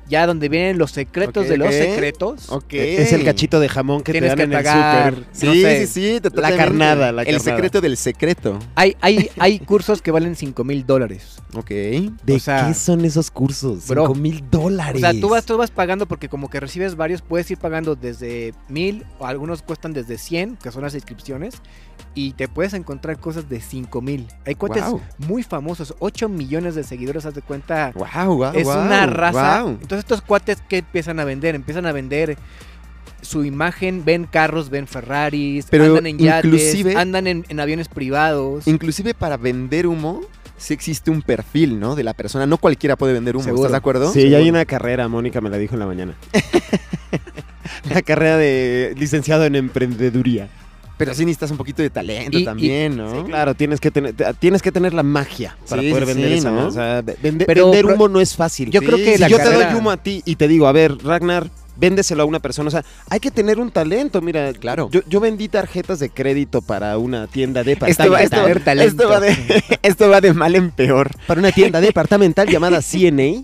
ya donde vienen los secretos
Ok,
de los
ok.
secretos,
Ok.
Es el cachito de jamón que te
tienes
dan
que
en el
pagar.
súper.
Sí,
no sé.
sí, sí, totalmente.
carnada, la
El
carnada.
secreto del secreto.
Hay, hay, hay cursos que valen 5 mil dólares.
Ok.
¿De
O sea,
qué son esos cursos?
bro.
Cinco mil
O
dólares.
sea, tú vas, tú vas pagando porque como que recibes varios, puedes ir pagando desde mil, o algunos cuestan desde 100, que son las inscripciones, y te puedes encontrar cosas de 5 mil. Hay cuates
Guau.
muy famosos, 8 millones de seguidores, haz de cuenta,
Wow, wow,
es una raza. Entonces estos cuates que empiezan a vender, empiezan a vender su imagen, ven carros, ven Ferraris,
Pero
andan en yates,
inclusive-
andan en, en aviones privados.
Inclusive para vender humo, sí existe un perfil, ¿no? De la persona. No cualquiera puede vender humo,
Seguro.
¿estás de acuerdo?
Sí, ya hay una carrera, Mónica me la dijo en la mañana. la carrera de licenciado en emprendeduría.
Pero sí necesitas un poquito de talento
Y- y-
también, ¿no?
Sí, claro, tienes que tener, te- tienes que tener la magia para
Sí,
poder
sí,
vender
sí,
esa
¿no?
madre. O sea, ve- vende-
Pero-
vender
pero-
humo no es fácil.
Yo
Sí,
creo que
si
la
si yo te
carrera-
doy humo a ti y te digo, a ver, Ragnar, véndeselo a una persona. O sea, hay que tener un talento, mira.
Claro.
Yo, yo vendí tarjetas de crédito para una tienda
Esto va,
departamental.
esto, esto va de, esto va de mal en peor.
Para una tienda departamental llamada CNA.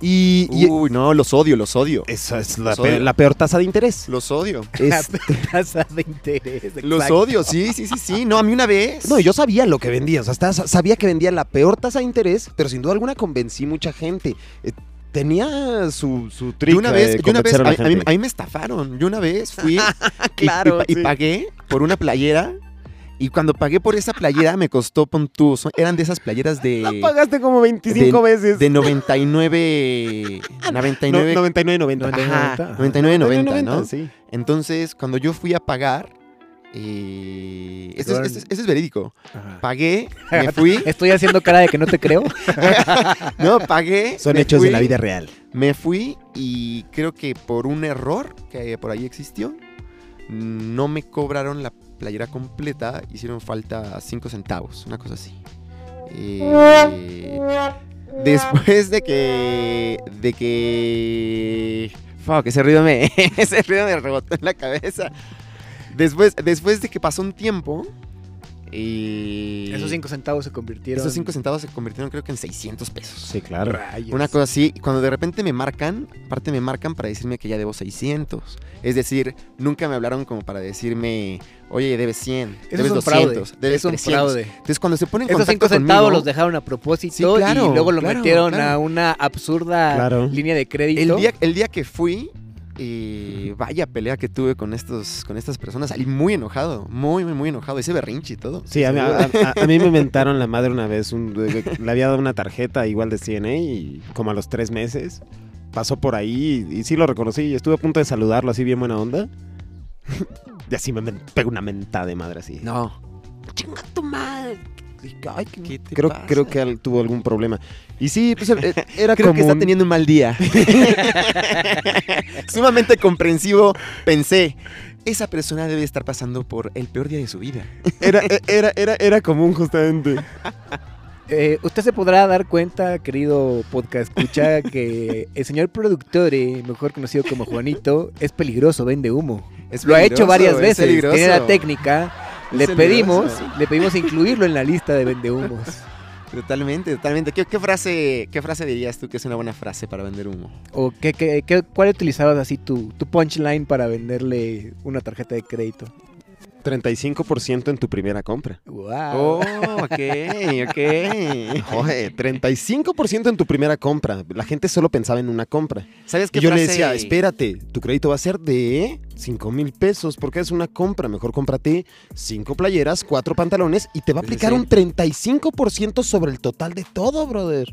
Y, y-
Uy, no, los odio, los odio.
esa es la,
Los
pe-
odio.
la peor tasa de interés.
Los odio.
Es-
tasa de interés.
este Los
exacto.
odio, sí, sí, sí, sí. No, a mí una vez.
no, yo sabía lo que vendía. O sea, estaba- sabía que vendía la peor tasa de interés, pero sin duda alguna convencí mucha gente. Eh, tenía su, su
Yo
trick.
una vez,
de
yo una vez,
eh, convencer
a,
la
a mí,
gente.
a mí me estafaron. Yo una vez fui y- y-
Claro,
y, pa- y
sí.
pagué por una playera. Y cuando pagué por esa playera me costó, pon tú, son- eran de esas playeras de,
Pagaste como 25 veces.
de 99, 99,
No, 99.90.
ajá,
90.
99, 90,
99.90,
¿no?
Sí.
Entonces, cuando yo fui a pagar, eh, esto, es,
Perdón.
esto es- esto es verídico.
Ajá.
Pagué, me fui.
Estoy haciendo cara de que no te creo.
no, pagué.
Son
me
hechos de
fui,
la vida real.
Me fui y creo que por un error que por ahí existió, no me cobraron la playera completa, hicieron falta 5 centavos, una cosa así. Eh, después de que. de que. Fuck, ese ruido me. ese ruido me rebotó en la cabeza. Después, después de que pasó un tiempo. eh,
Esos 5 centavos se convirtieron.
esos cinco centavos se convirtieron creo que en 600 pesos.
Sí, claro.
Rayos.
Una cosa así, y cuando de repente me marcan, aparte me marcan para decirme que ya debo 600. Es decir, nunca me hablaron como para decirme, oye, debes 100,
Eso es
debes
un
200,
fraude.
debes
Es un
300".
fraude.
Entonces cuando se ponen
Esos 5
contacto
centavos
conmigo,
los dejaron a propósito
Sí, claro,
y luego lo
claro,
metieron
claro.
a una absurda
Claro.
línea de crédito.
el día, el día que fui, eh, vaya pelea que tuve con, estos, con estas personas, salí muy enojado, muy, muy, muy enojado, ese berrinche y todo.
Sí, a mí, a- a- a mí me mentaron la madre una vez. un- le había dado una tarjeta igual de CNA y como a los tres meses pasó por ahí y, y sí lo reconocí. Y estuve a punto de saludarlo así bien buena onda. Y así me men- pegó una mentada de madre así.
No.
chinga tu madre. Dije, Ay, que-
¿Qué te
creo,
pasa?
creo que al- tuvo algún problema. Y sí, pues eh, era
Creo
como
que está
un-
teniendo un mal día. Sumamente comprensivo, pensé, esa persona debe estar pasando por el peor día de su vida.
era, e, era, era, era común justamente.
Eh, usted se podrá dar cuenta, querido podcast escucha, que el señor productor, eh, mejor conocido como Juanito, es peligroso, vende humo.
Es
Lo ha hecho
peligroso,
varias
es
veces,
peligroso.
tiene la técnica.
Es
Le pedimos,
peligroso.
le pedimos incluirlo en la lista de vendehumos.
Totalmente, totalmente. ¿Qué, qué frase, ¿Qué frase dirías tú que es una buena frase para vender humo?
¿O qué, qué- qué- cuál utilizabas así tu, tu punchline para venderle una tarjeta de crédito?
35% en tu primera compra.
¡Wow!
Oh, ok, ok.
Oye, 35% en tu primera compra. La gente solo pensaba en una compra.
¿Sabes qué
Y yo
frase?
le decía, espérate, tu crédito va a ser de 5 mil pesos porque es una compra. Mejor cómprate 5 playeras, 4 pantalones y te va a
Sí,
aplicar
sí.
un 35% sobre el total de todo, brother.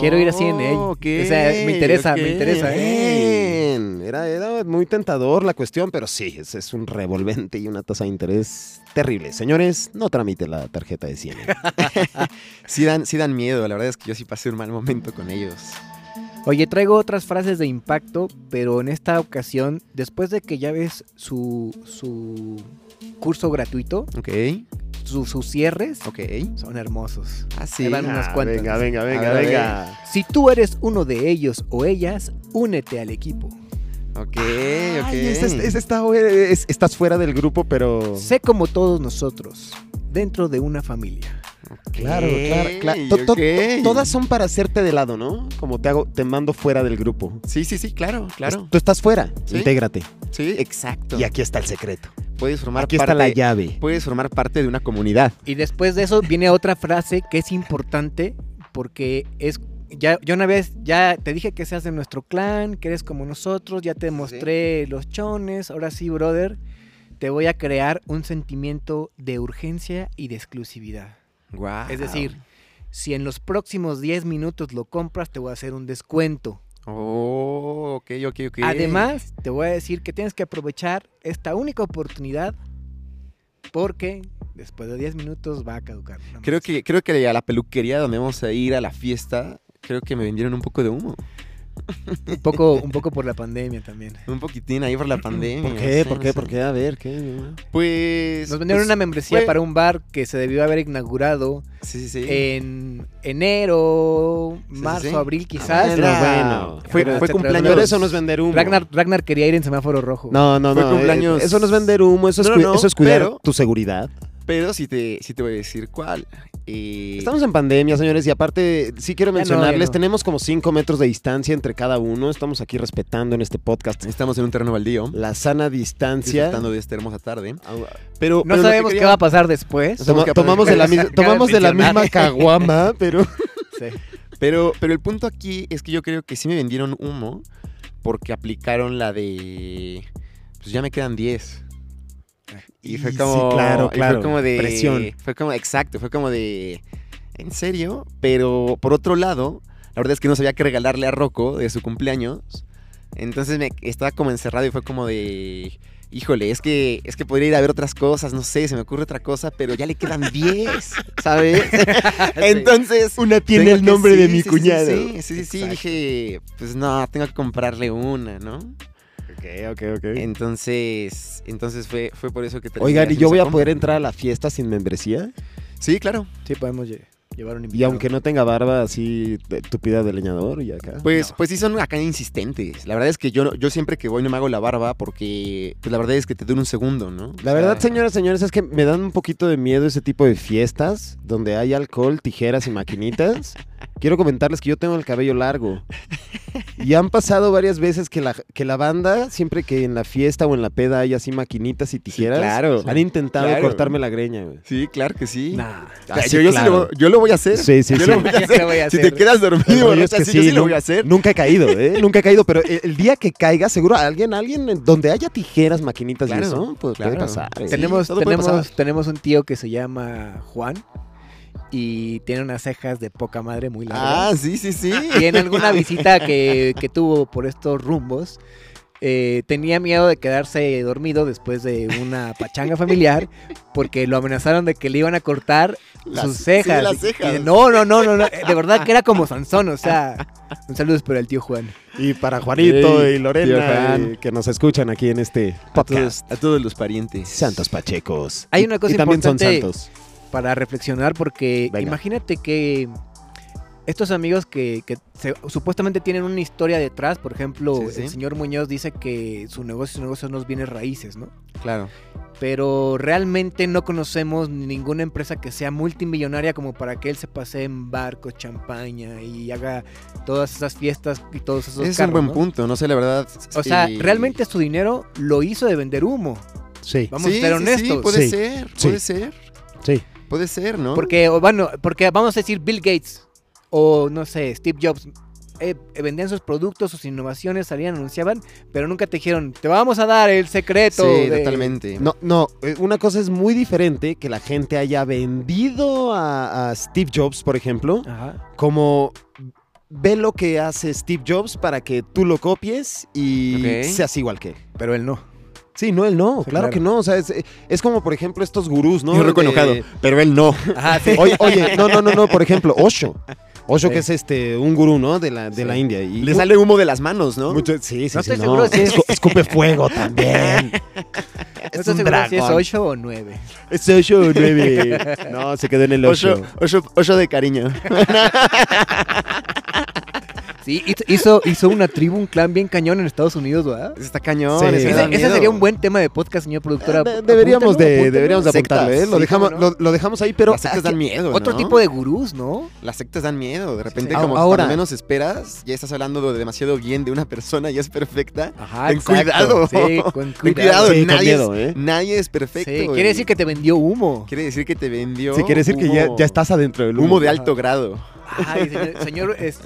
Quiero ir a CNA.
Oh,
O sea, me interesa, me interesa,
¿eh?
Bien. Era, era muy tentador la cuestión, pero sí, es, es un revolvente y una tasa de interés terrible. Señores, no tramite la tarjeta de 100.
Sí dan, sí dan miedo, la verdad es que yo sí pasé un mal momento con ellos.
Oye, traigo otras frases de impacto, pero en esta ocasión, después de que ya ves su, su curso gratuito,
Ok,
su- sus cierres
ok.
son hermosos.
Así.
Ahí van unas cuantas.
venga, venga,
A
venga,
ver,
venga.
Si tú eres uno de ellos o ellas, únete al equipo.
Ok, ok.
Ay, esa- esa está buena, es- estás fuera del grupo, pero...
Sé como todos nosotros, dentro de una familia.
Claro, claro, claro.
Ok,
To- to- to-
ok.
Todas son para hacerte de lado, ¿no? Como te hago, te mando fuera del grupo.
Sí, sí, sí, claro, claro.
Es- Tú estás fuera,
Sí.
intégrate.
Sí, exacto.
Y aquí está el secreto.
puedes formar
Aquí
parte,
está la llave.
Puedes formar parte de una comunidad.
Y después de eso viene otra frase que es importante porque es ya yo una vez ya te dije que seas de nuestro clan, que eres como nosotros, ya te mostré los chones, ahora sí, brother, te voy a crear un sentimiento de urgencia y de exclusividad.
Guau.
Es decir, si en los próximos 10 minutos lo compras, te voy a hacer un descuento.
Oh, ok, ok, ok.
Además, te voy a decir que tienes que aprovechar esta única oportunidad porque después de 10 minutos va a caducar. nada
Creo
más.
que, creo que a la peluquería donde vamos a ir a la fiesta, creo que me vendieron un poco de humo.
Un poco, un poco por la pandemia también.
Un poquitín ahí por la pandemia.
¿Por qué?
sí,
¿Por
no
qué?
sé.
¿Por qué? A ver, ¿qué?
Pues.
Nos vendieron
pues,
una membresía
fue-
para un bar que se debió haber inaugurado
Sí, sí, sí.
eh, en enero,
Sí, sí,
marzo,
sí.
abril quizás.
bueno,
Era-
bueno.
Fue,
Era
fue
este
cumpleaños.
Pero
Pero eso no es vender humo.
Ragnar, Ragnar quería ir en semáforo rojo.
No, no,
Fue
no. eh,
cumpleaños.
Eso no es vender humo, eso es,
No,
cui-
no,
eso es cuidar
pero-
tu seguridad.
Pero sí te, sí te voy a decir cuál. Eh,
Estamos en pandemia, señores, y aparte, sí quiero
Ya no, ya
mencionarles,
no.
tenemos como 5 metros de distancia entre cada uno. Estamos aquí respetando en este podcast
estamos en un terreno baldío.
la sana distancia.
Disfrutando de esta hermosa tarde.
Au-
Pero,
No sabemos qué va a pasar después.
Somos
Toma-
capaces
tomamos
de-
de la, mis-
Cabe
tomamos de la
mencionar.
misma caguama, pero...
Sí.
Pero, pero el punto aquí es que yo creo que sí me vendieron humo porque aplicaron la de. Pues ya me quedan 10. Y fue
Y sí,
como.
claro,
y fue
claro,
como de.
presión.
Fue como, exacto, fue como de. ¿En serio? Pero por otro lado, la verdad es que no sabía qué regalarle a Rocco de su cumpleaños. Entonces me estaba como encerrado y fue como de. Híjole, es que, es que podría ir a ver otras cosas, no sé, se me ocurre otra cosa, pero ya le quedan 10, ¿sabes? Entonces,
Una
tengo que- sí, sí, sí, Sí, sí, sí, sí,
Exacto.
dije, pues no, tengo que comprarle una, ¿no?
Ok, ok, ok.
Entonces, entonces fue, fue por eso que terminé
Oigan, ¿y
haciendo
yo
esa
voy a
compra.
poder entrar a la fiesta sin membresía?
Sí, claro.
Sí, podemos lle- llevar un
Y
invitado.
aunque no tenga barba así de- tupida de leñador y acá.
Pues,
No.
pues sí son acá insistentes. La verdad es que yo, no- yo siempre que voy no me hago la barba porque pues, la verdad es que te dura un segundo, ¿no?
La
O
verdad,
sea,
señoras, señores, es que me dan un poquito de miedo ese tipo de fiestas donde hay alcohol, tijeras y maquinitas. Quiero comentarles que yo tengo el cabello largo. Y han pasado varias veces que la, que la banda, siempre que en la fiesta o en la peda hay así maquinitas y tijeras,
claro.
han intentado
Claro.
cortarme la greña, güey.
Sí, claro que sí.
Nah.
O sea,
Así,
yo, yo sí
claro.
lo, yo lo voy a hacer.
Sí, sí,
yo
sí.
Lo voy a
Ya
hacer.
lo voy a
Si
hacer.
te quedas
El
dormido,
rollo
¿no?
es que
sí, yo sí
sí,
lo
nu-
voy a hacer.
Nunca he caído, ¿eh? Nunca he caído, pero el, el día que caiga, seguro alguien, alguien en donde haya tijeras, maquinitas
Claro,
y eso, pues
claro.
puede pasar. ¿eh?
Sí.
tenemos,
todo puede
tenemos,
pasar.
tenemos un tío que se llama Juan y tiene unas cejas de poca madre muy largas.
Ah, sí, sí, sí.
Y en alguna visita que, que tuvo por estos rumbos, eh, tenía miedo de quedarse dormido después de una pachanga familiar porque lo amenazaron de que le iban a cortar
Las-
sus
sí,
cejas.
las
Y- y
cejas.
de- no, no, no, no, no. De verdad que era como Sansón, o sea. Un saludo para el tío Juan.
Y para Juanito
Ey,
y Lorena,
tío Juan.
y que nos escuchan aquí en este
A
podcast.
todos, a todos los parientes.
Santos Pachecos.
Hay una cosa
y también
importante.
son santos.
para reflexionar porque
Venga.
imagínate que estos amigos que, que se- supuestamente tienen una historia detrás, por ejemplo,
Sí, sí.
el señor Muñoz dice que su negocio, su negocio no viene raíces, ¿no?
Claro.
Pero realmente no conocemos ninguna empresa que sea multimillonaria como para que él se pase en barcos, champaña y haga todas esas fiestas y todos esos
es un
carros,
buen
¿no?
punto, no sé, la verdad.
O sea,
sí.
realmente su dinero lo hizo de vender humo.
Sí,
Vamos a ser
Sí,
honestos.
puede
Sí,
ser,
sí.
puede ser,
sí.
puede ser, ¿no?
Porque, o bueno, porque vamos a decir Bill Gates o no sé, Steve Jobs. eh, eh, vendían sus productos, sus innovaciones, salían, anunciaban, pero nunca te dijeron, te vamos a dar el secreto.
sí,
de-".
totalmente.
No, no, eh, una cosa es muy diferente que la gente haya vendido a, a Steve Jobs, por ejemplo,
Ajá.
como ve lo que hace Steve Jobs para que tú lo copies y
Ok.
seas igual que él.
Pero él no.
Sí, no, él no,
Sí,
claro,
claro.
que no. O sea, es, es como, por ejemplo, estos gurús, ¿no?
Yo Rocco
De-
enojado, pero él no.
Ajá, sí.
Oye, oye, no, no, no, no, por ejemplo, Osho. Osho,
Sí.
que es este un gurú, ¿no? De la, de
Sí.
la India. Y
Le sale humo de las manos, ¿no?
Mucho- sí, sí,
No
sí,
estoy seguro si es-
Escu- Escupe fuego también.
no estoy seguro si es 8 o 9.
Es Osho 9. No, se quedó en el
Ocho,
Osho.
ocho, ocho de cariño.
Sí, hizo- hizo, hizo una tribu, un clan bien cañón en Estados Unidos, ¿verdad?
Está cañón.
Sí.
ese me
Ese,
da
ese
miedo.
sería un buen tema de podcast, señor productora.
Ah, De- deberíamos
Apúntalo,
de,
apúntalo.
deberíamos de
Sectas.
apuntarlo, ¿eh? Lo
Sí,
dejamos,
cómo no.
lo, lo dejamos ahí, pero
Las sectas dan miedo.
Ah, Otro
¿no?
tipo de gurús, ¿no?
Las sectas dan miedo. De repente,
sí.
como
Ahora-
cuando menos esperas, ya estás hablando de demasiado bien de una persona y es perfecta.
Ajá,
Ten
exacto.
cuidado.
Sí, con
Ten
cuidado.
cuidado,
Sí, con
Oh, nadie,
miedo, ¿eh?
es, nadie es
Sí,
perfecto. güey.
quiere decir que te vendió humo.
Quiere decir que te vendió.
si quiere decir que ya,
humo-
ya estás adentro del
Humo,
humo.
de
Ajá.
alto grado.
Ay, señor- señor- es-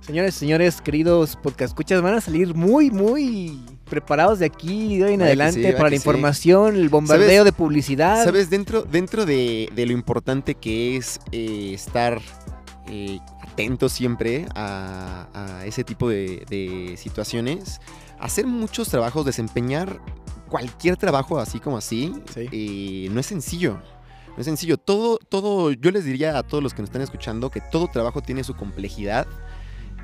señores, señores, queridos podcastcuchas, van a salir muy, muy preparados de aquí de hoy en
Vaya que
adelante
sí, vaya
para la
que sí.
información, el bombardeo
¿Sabes?
de publicidad.
Sabes, dentro, dentro de, de lo importante que es eh, estar eh, atento siempre a, a ese tipo de, de situaciones, hacer muchos trabajos, desempeñar cualquier trabajo así como así,
Sí.
eh, no es sencillo. No es sencillo. Todo, todo, yo les diría a todos los que nos están escuchando que todo trabajo tiene su complejidad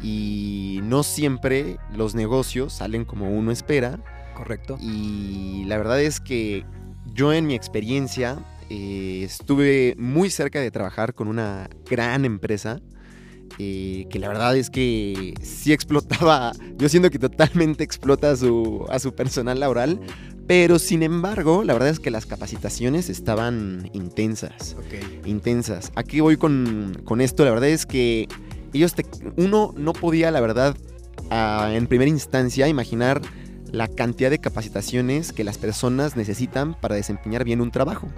y no siempre los negocios salen como uno espera.
Correcto.
Y la verdad es que yo en mi experiencia eh, estuve muy cerca de trabajar con una gran empresa. eh, que la verdad es que sí explotaba, yo siento que totalmente explota a su, a su personal laboral, pero sin embargo, la verdad es que las capacitaciones estaban intensas
Ok.
intensas. Aquí voy con, con esto, la verdad es que ellos te- uno no podía, la verdad, ah, en primera instancia imaginar la cantidad de capacitaciones que las personas necesitan para desempeñar bien un trabajo.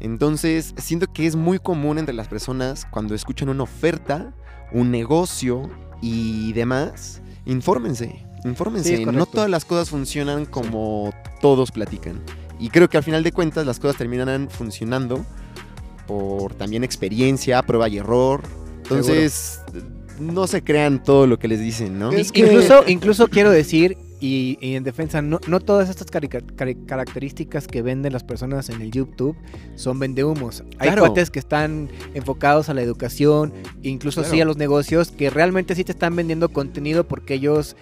Entonces, siento que es muy común entre las personas cuando escuchan una oferta, un negocio y demás, infórmense,
Sí,
infórmense.
es
no
correcto.
todas las cosas funcionan como todos platican. Y creo que al final de cuentas las cosas terminarán funcionando por también experiencia, prueba y error. Entonces, no se crean todo lo que les dicen, ¿no?
Es
Es
que-
Incluso, incluso quiero decir, y, y en defensa, no, no todas estas carica- cari- características que venden las personas en el YouTube son vendehumos. Hay
Claro.
cuates que están enfocados a la educación, incluso sí
Claro.
a los negocios, que realmente sí te están vendiendo contenido porque ellos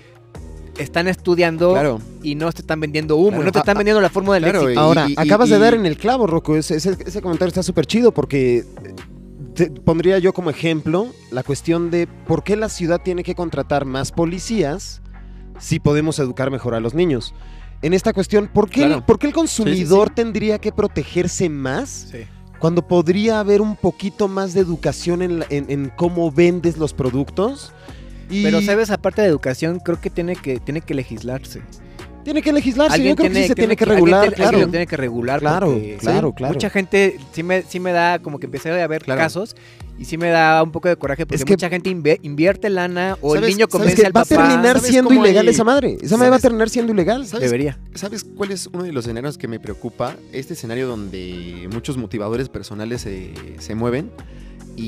están estudiando
Claro.
y no te están vendiendo humo,
Claro.
no te están
Ah,
vendiendo la fórmula del
claro,
éxito.
y-
Ahora, acabas de
y-
dar en el clavo, Rocco. Ese, ese- ese comentario está súper chido porque eh, te pondría yo como ejemplo la cuestión de por qué la ciudad tiene que contratar más policías si podemos educar mejor a los niños. En esta cuestión, ¿por qué,
Claro.
por qué el consumidor tendría que protegerse más
Sí.
cuando podría haber un poquito más de educación en, la- en- en cómo vendes los productos? Y
Pero sabes, aparte de educación, creo que tiene que, tiene que legislarse.
tiene que legislarse, yo creo que sí se tiene que
alguien
regular,
tiene- alguien
claro.
lo tiene que regular.
Claro,
porque,
claro,
sí,
claro.
Mucha gente sí me, sí me da, como que empecé a ver
Claro.
casos y sí me da un poco de coraje porque
Es que-
mucha gente inve- invierte lana o el
¿Sabes-
niño
sabes
Es
convence
que
al
va a
papá.
terminar
¿Sabes
siendo
cómo
ilegal
hay-
esa madre. Esa madre va a
¿Sabes?
terminar siendo ilegal.
¿Sabes?
Debería.
¿Sabes cuál es uno de los escenarios que me preocupa? Este escenario donde muchos motivadores personales se, se mueven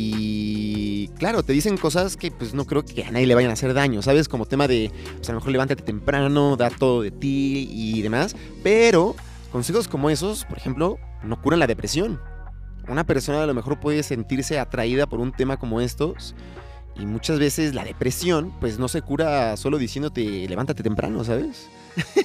y, claro, te dicen cosas que pues no creo que a nadie le vayan a hacer daño, ¿sabes? Como tema de, pues a lo mejor levántate temprano, da todo de ti y demás, pero consejos como esos, por ejemplo, no curan la depresión. Una persona a lo mejor puede sentirse atraída por un tema como estos y muchas veces la depresión pues no se cura solo diciéndote levántate temprano, ¿sabes?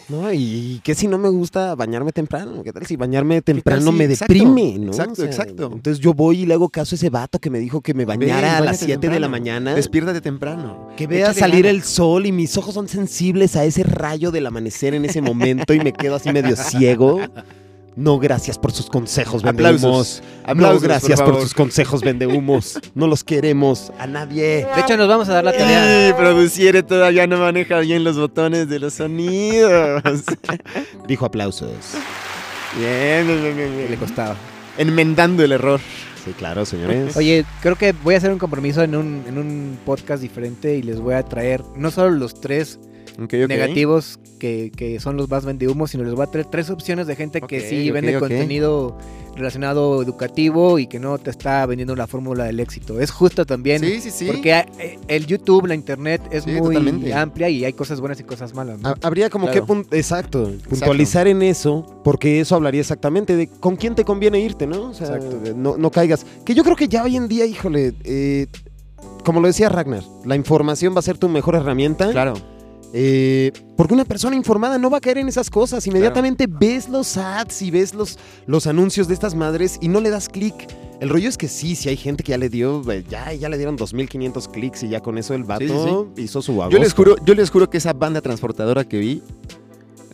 No, y qué si no me gusta bañarme temprano, qué tal si bañarme temprano
si-
me
exacto,
deprime, ¿no?
exacto, exacto.
Entonces yo voy y le hago caso a ese vato que me dijo que me
Ve,
bañara a
bañate
las 7 de la
temprano.
mañana,
Despiértate temprano.
que vea
échale
salir
ganas.
el sol y mis ojos son sensibles a ese rayo del amanecer en ese momento y me quedo así medio ciego. No, gracias por sus consejos, vendehumos.
Aplausos.
No,
Aplausos,
gracias por,
favor.
sus consejos, vendehumos. No los queremos a nadie.
De hecho, nos vamos a dar la tarea.
Sí, produciere todavía no maneja bien los botones de los sonidos.
Dijo aplausos.
bien, bien, bien, bien, bien.
Le costaba.
Enmendando el error.
Sí, claro, señores.
Oye, creo que voy a hacer un compromiso en un, en un podcast diferente y les voy a traer no solo los tres negativos que, que son los más vendehumos, sino les voy a traer tres opciones de gente
Ok,
que sí
ok,
vende
ok.
contenido relacionado educativo y que no te está vendiendo la fórmula del éxito. Es justo también.
Sí, sí, sí.
Porque a- eh, el YouTube, la internet es
Sí,
muy
totalmente. Ah,
amplia y hay cosas buenas y cosas malas. ¿no?
Ha- Habría como
Claro.
que pun- exacto, puntualizar en eso, porque eso hablaría exactamente de con quién te conviene irte, ¿no? O sea,
Exacto.
de- no, no caigas. Que yo creo que ya hoy en día, híjole, eh, como lo decía Ragnar, la información va a ser tu mejor herramienta.
Claro.
eh, porque una persona informada no va a caer en esas cosas. Inmediatamente ves los ads y ves los, los anuncios de estas madres y no le das clic. El rollo es que sí, si hay gente que ya le dio, eh, ya, ya le dieron 2.500 clics y ya con eso el vato
Sí, sí,
hizo su
Yo les,
agosto.
juro, yo les juro que esa banda transportadora que vi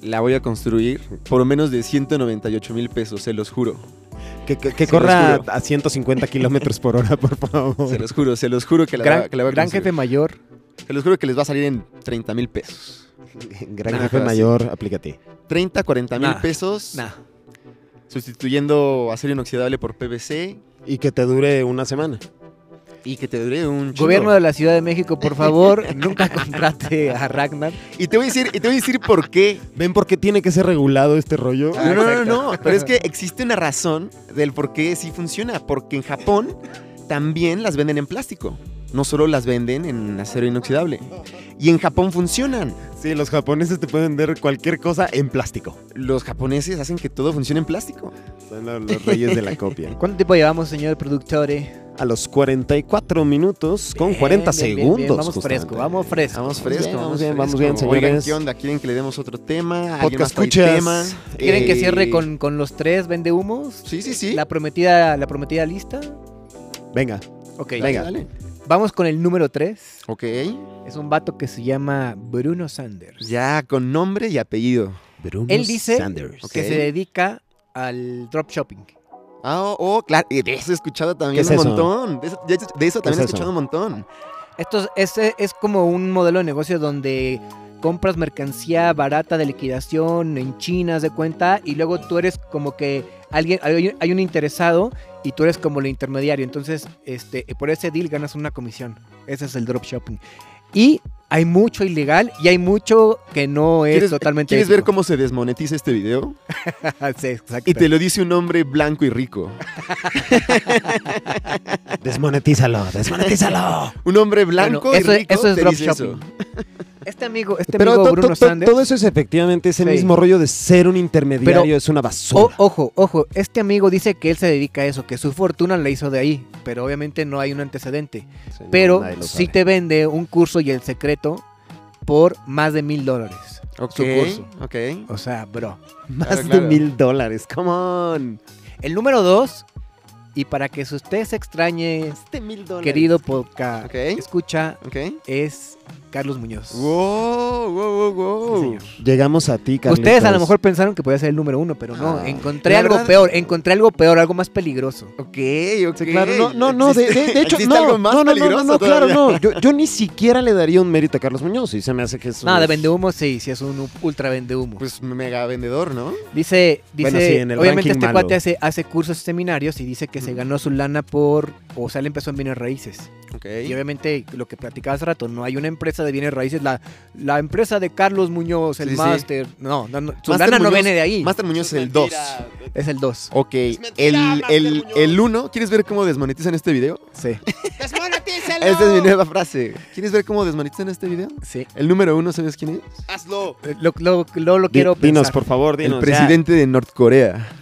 la voy a construir por menos de 198 mil pesos, se los juro.
Que, que- que
Se
corra
los juro.
a 150 kilómetros por hora, por favor.
Se los juro, se los juro que la,
gran
que la voy a
gran
construir.
jefe mayor.
Se los juro que les va a salir en 30 mil pesos.
Gran
Nah,
jefe
pero sí.
mayor, aplícate.
30, 40 mil
Nah,
pesos.
Nah.
Sustituyendo acero inoxidable por PVC.
Y que te dure una semana.
Y que te dure un chingo.
Gobierno de la Ciudad de México, por favor, nunca contrate a Ragnar.
Y te voy a decir, y te voy a decir por qué.
¿Ven por qué tiene que ser regulado este rollo?
Ah,
No, no, no,
exacto.
no, Pero es que existe una razón del por qué sí funciona. Porque en Japón también las venden en plástico. No solo las venden en acero inoxidable. Y en Japón funcionan.
Sí, los japoneses te pueden vender cualquier cosa en plástico.
Los japoneses hacen que todo funcione en plástico.
Son los, los reyes de la copia.
¿Cuánto tiempo llevamos, señor productor? eh?
a los 44 minutos con 40
Bien, bien, bien,
segundos.
bien. Vamos
justamente.
fresco, vamos fresco.
Vamos fresco,
vamos bien, vamos bien,
fresco. Oigan,
señores.
¿qué onda? ¿Quieren que le demos otro tema? ¿Alguien
Podcast
más trae
escuchas.
tema?
¿Quieren que
Eh,
cierre con, con los tres vende humos?
Sí, sí, sí.
La prometida, la prometida lista.
Venga,
Ok.
Dale,
venga.
dale.
Vamos con el número 3.
Ok.
Es un vato que se llama Bruno Sanders.
Ya con nombre y apellido.
Bruno
Él dice
Sanders.
Ok.
Que se dedica al drop shopping.
Ah, oh, oh, claro. Y de eso he escuchado
¿Qué
también
es
un
eso?
montón. De eso, de eso- de eso
¿Qué
también he
es eso?
escuchado un montón.
Esto es, es- es como un modelo de negocio donde compras mercancía barata de liquidación en China, haz de cuenta, y luego tú eres como que alguien, hay, hay un interesado y tú eres como el intermediario. Entonces, este, por ese deal ganas una comisión. Ese es el drop shopping. Y hay mucho ilegal y hay mucho que no es
¿Quieres-
totalmente.
¿Quieres ver
ético.
cómo se desmonetiza este video?
Sí, exacto.
Y te lo dice un hombre blanco y rico.
Desmonetízalo, desmonetízalo.
Un hombre blanco
Bueno, eso,
y rico
eso es
te
drop
dice
shopping.
eso.
Este amigo, este
Pero
amigo
to-
Bruno
to-
Sanders.
todo eso es efectivamente ese
Sí.
mismo rollo de ser un
Pero-
intermediario,
oh,
es una
O-
basura.
ojo, ojo, este amigo dice que él se dedica a eso, que su fortuna la hizo de ahí, pero obviamente no hay un antecedente. oh, Pero
Nadie lo
sí
sabe.
te vende un curso y el secreto por más de mil dólares.
Ok,
Su curso.
ok.
O sea, bro.
Más
Claro,
de
claro.
mil dólares, come on.
El número dos, y para que si usted se extrañe,
Este mil dólares.
querido podcast,
Ok.
escucha,
Ok.
es Carlos Muñoz.
Uh,
Wow, wow, wow, wow.
Sí, señor.
Llegamos a ti, Carlitos.
Uh. Ustedes a lo mejor pensaron que podía ser el número uno, pero no.
Ah,
encontré
la
algo
verdad-
peor, encontré algo peor, algo más peligroso.
Ok, ok.
Sí, Claro, no, no, no, de, de- de hecho,
¿Existe
no,
algo más
no, no, no, no,
peligroso
no, claro,
todavía?
no. Yo, yo ni siquiera le daría un mérito a Carlos Muñoz y se me hace que es.
No, de
un-
vende humo sí, sí es un ultra vende humo.
Pues mega vendedor, ¿no?
Dice, dice,
Bueno, sí, en el
obviamente
ranking
este
malo.
cuate hace, hace cursos y seminarios y dice que se
Ujú.
ganó su lana por, o sea, le empezó en bienes raíces.
Ok.
Y obviamente lo que platicaba hace rato, no hay una empresa de bienes raíces, la, la empresa de Carlos Muñoz, el
Sí, sí.
máster, no, no, no, su
Máster
lana no
Muñoz-
viene de ahí,
Master Muñoz es el 2.
es el 2.
Ok, el, el, el 1. ¿Quieres ver cómo desmonetizan este video?
Sí,
Esta es mi nueva frase. ¿Quieres ver cómo desmonetizan este video?
sí.
El número 1, ¿sabes quién es?
Eh, Lo, lo, lo, lo
Di-
quiero
dinos,
pensar.
por favor, dinos.
el
ya.
presidente de Norcorea.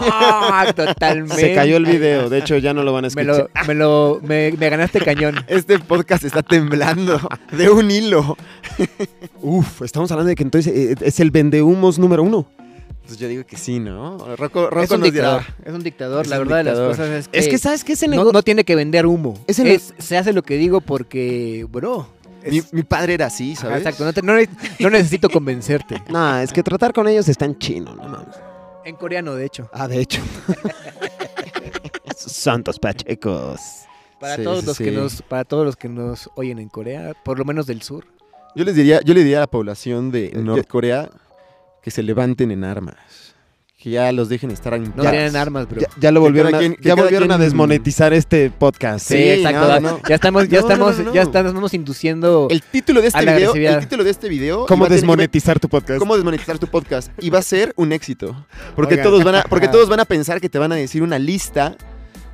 Ah, totalmente.
Se cayó el video, de hecho ya no lo van a
Me
escuchar.
lo, me lo, me, me ganaste cañón.
Este podcast está temblando de un hilo.
Uf, estamos hablando de que entonces eh, es el vendehumos número uno.
Pues yo digo que sí, ¿no? Rocco,
es
Rocco
un
nos
dictador,
dirá.
es un dictador,
Es
la
un
verdad de
dictador.
las cosas es que...
Es que, ¿sabes qué? Ese
No,
negocio.
no tiene que vender humo.
Ese ne-
este Es- se hace lo que digo porque, bro. es-
Mi, mi padre era así,
Ajá,
¿sabes?
exacto, no, te- no ne- no necesito convencerte.
Nah, es que tratar con ellos está en chino, no mames.
En coreano, de hecho.
Ah, de hecho. Santos pachecos.
Para
Sí,
todos
sí,
los que
sí.
nos, para todos los que nos oyen en Corea, por lo menos del sur.
Yo les diría, yo le diría a la población de
yo-
Norcorea que se levanten en armas. Que ya los dejen estar en
No
paz.
tienen armas, bro.
Ya, ya lo
Que
volvieron,
cada
a,
quien- que
ya
cada
volvieron a
quien-
desmonetizar este podcast.
sí,
sí,
exacto.
no,
ya-
no.
Ya estamos, ya
No, no,
estamos,
no, no.
ya estamos, estamos induciendo.
El título de
A
este
la
video,
agresividad.
el título de este video
¿Cómo
iba a tener-
desmonetizar tu podcast?
cómo desmonetizar tu podcast y va a ser un éxito, porque
Oigan.
todos van a porque
Ajá.
todos van a pensar que te van a decir una lista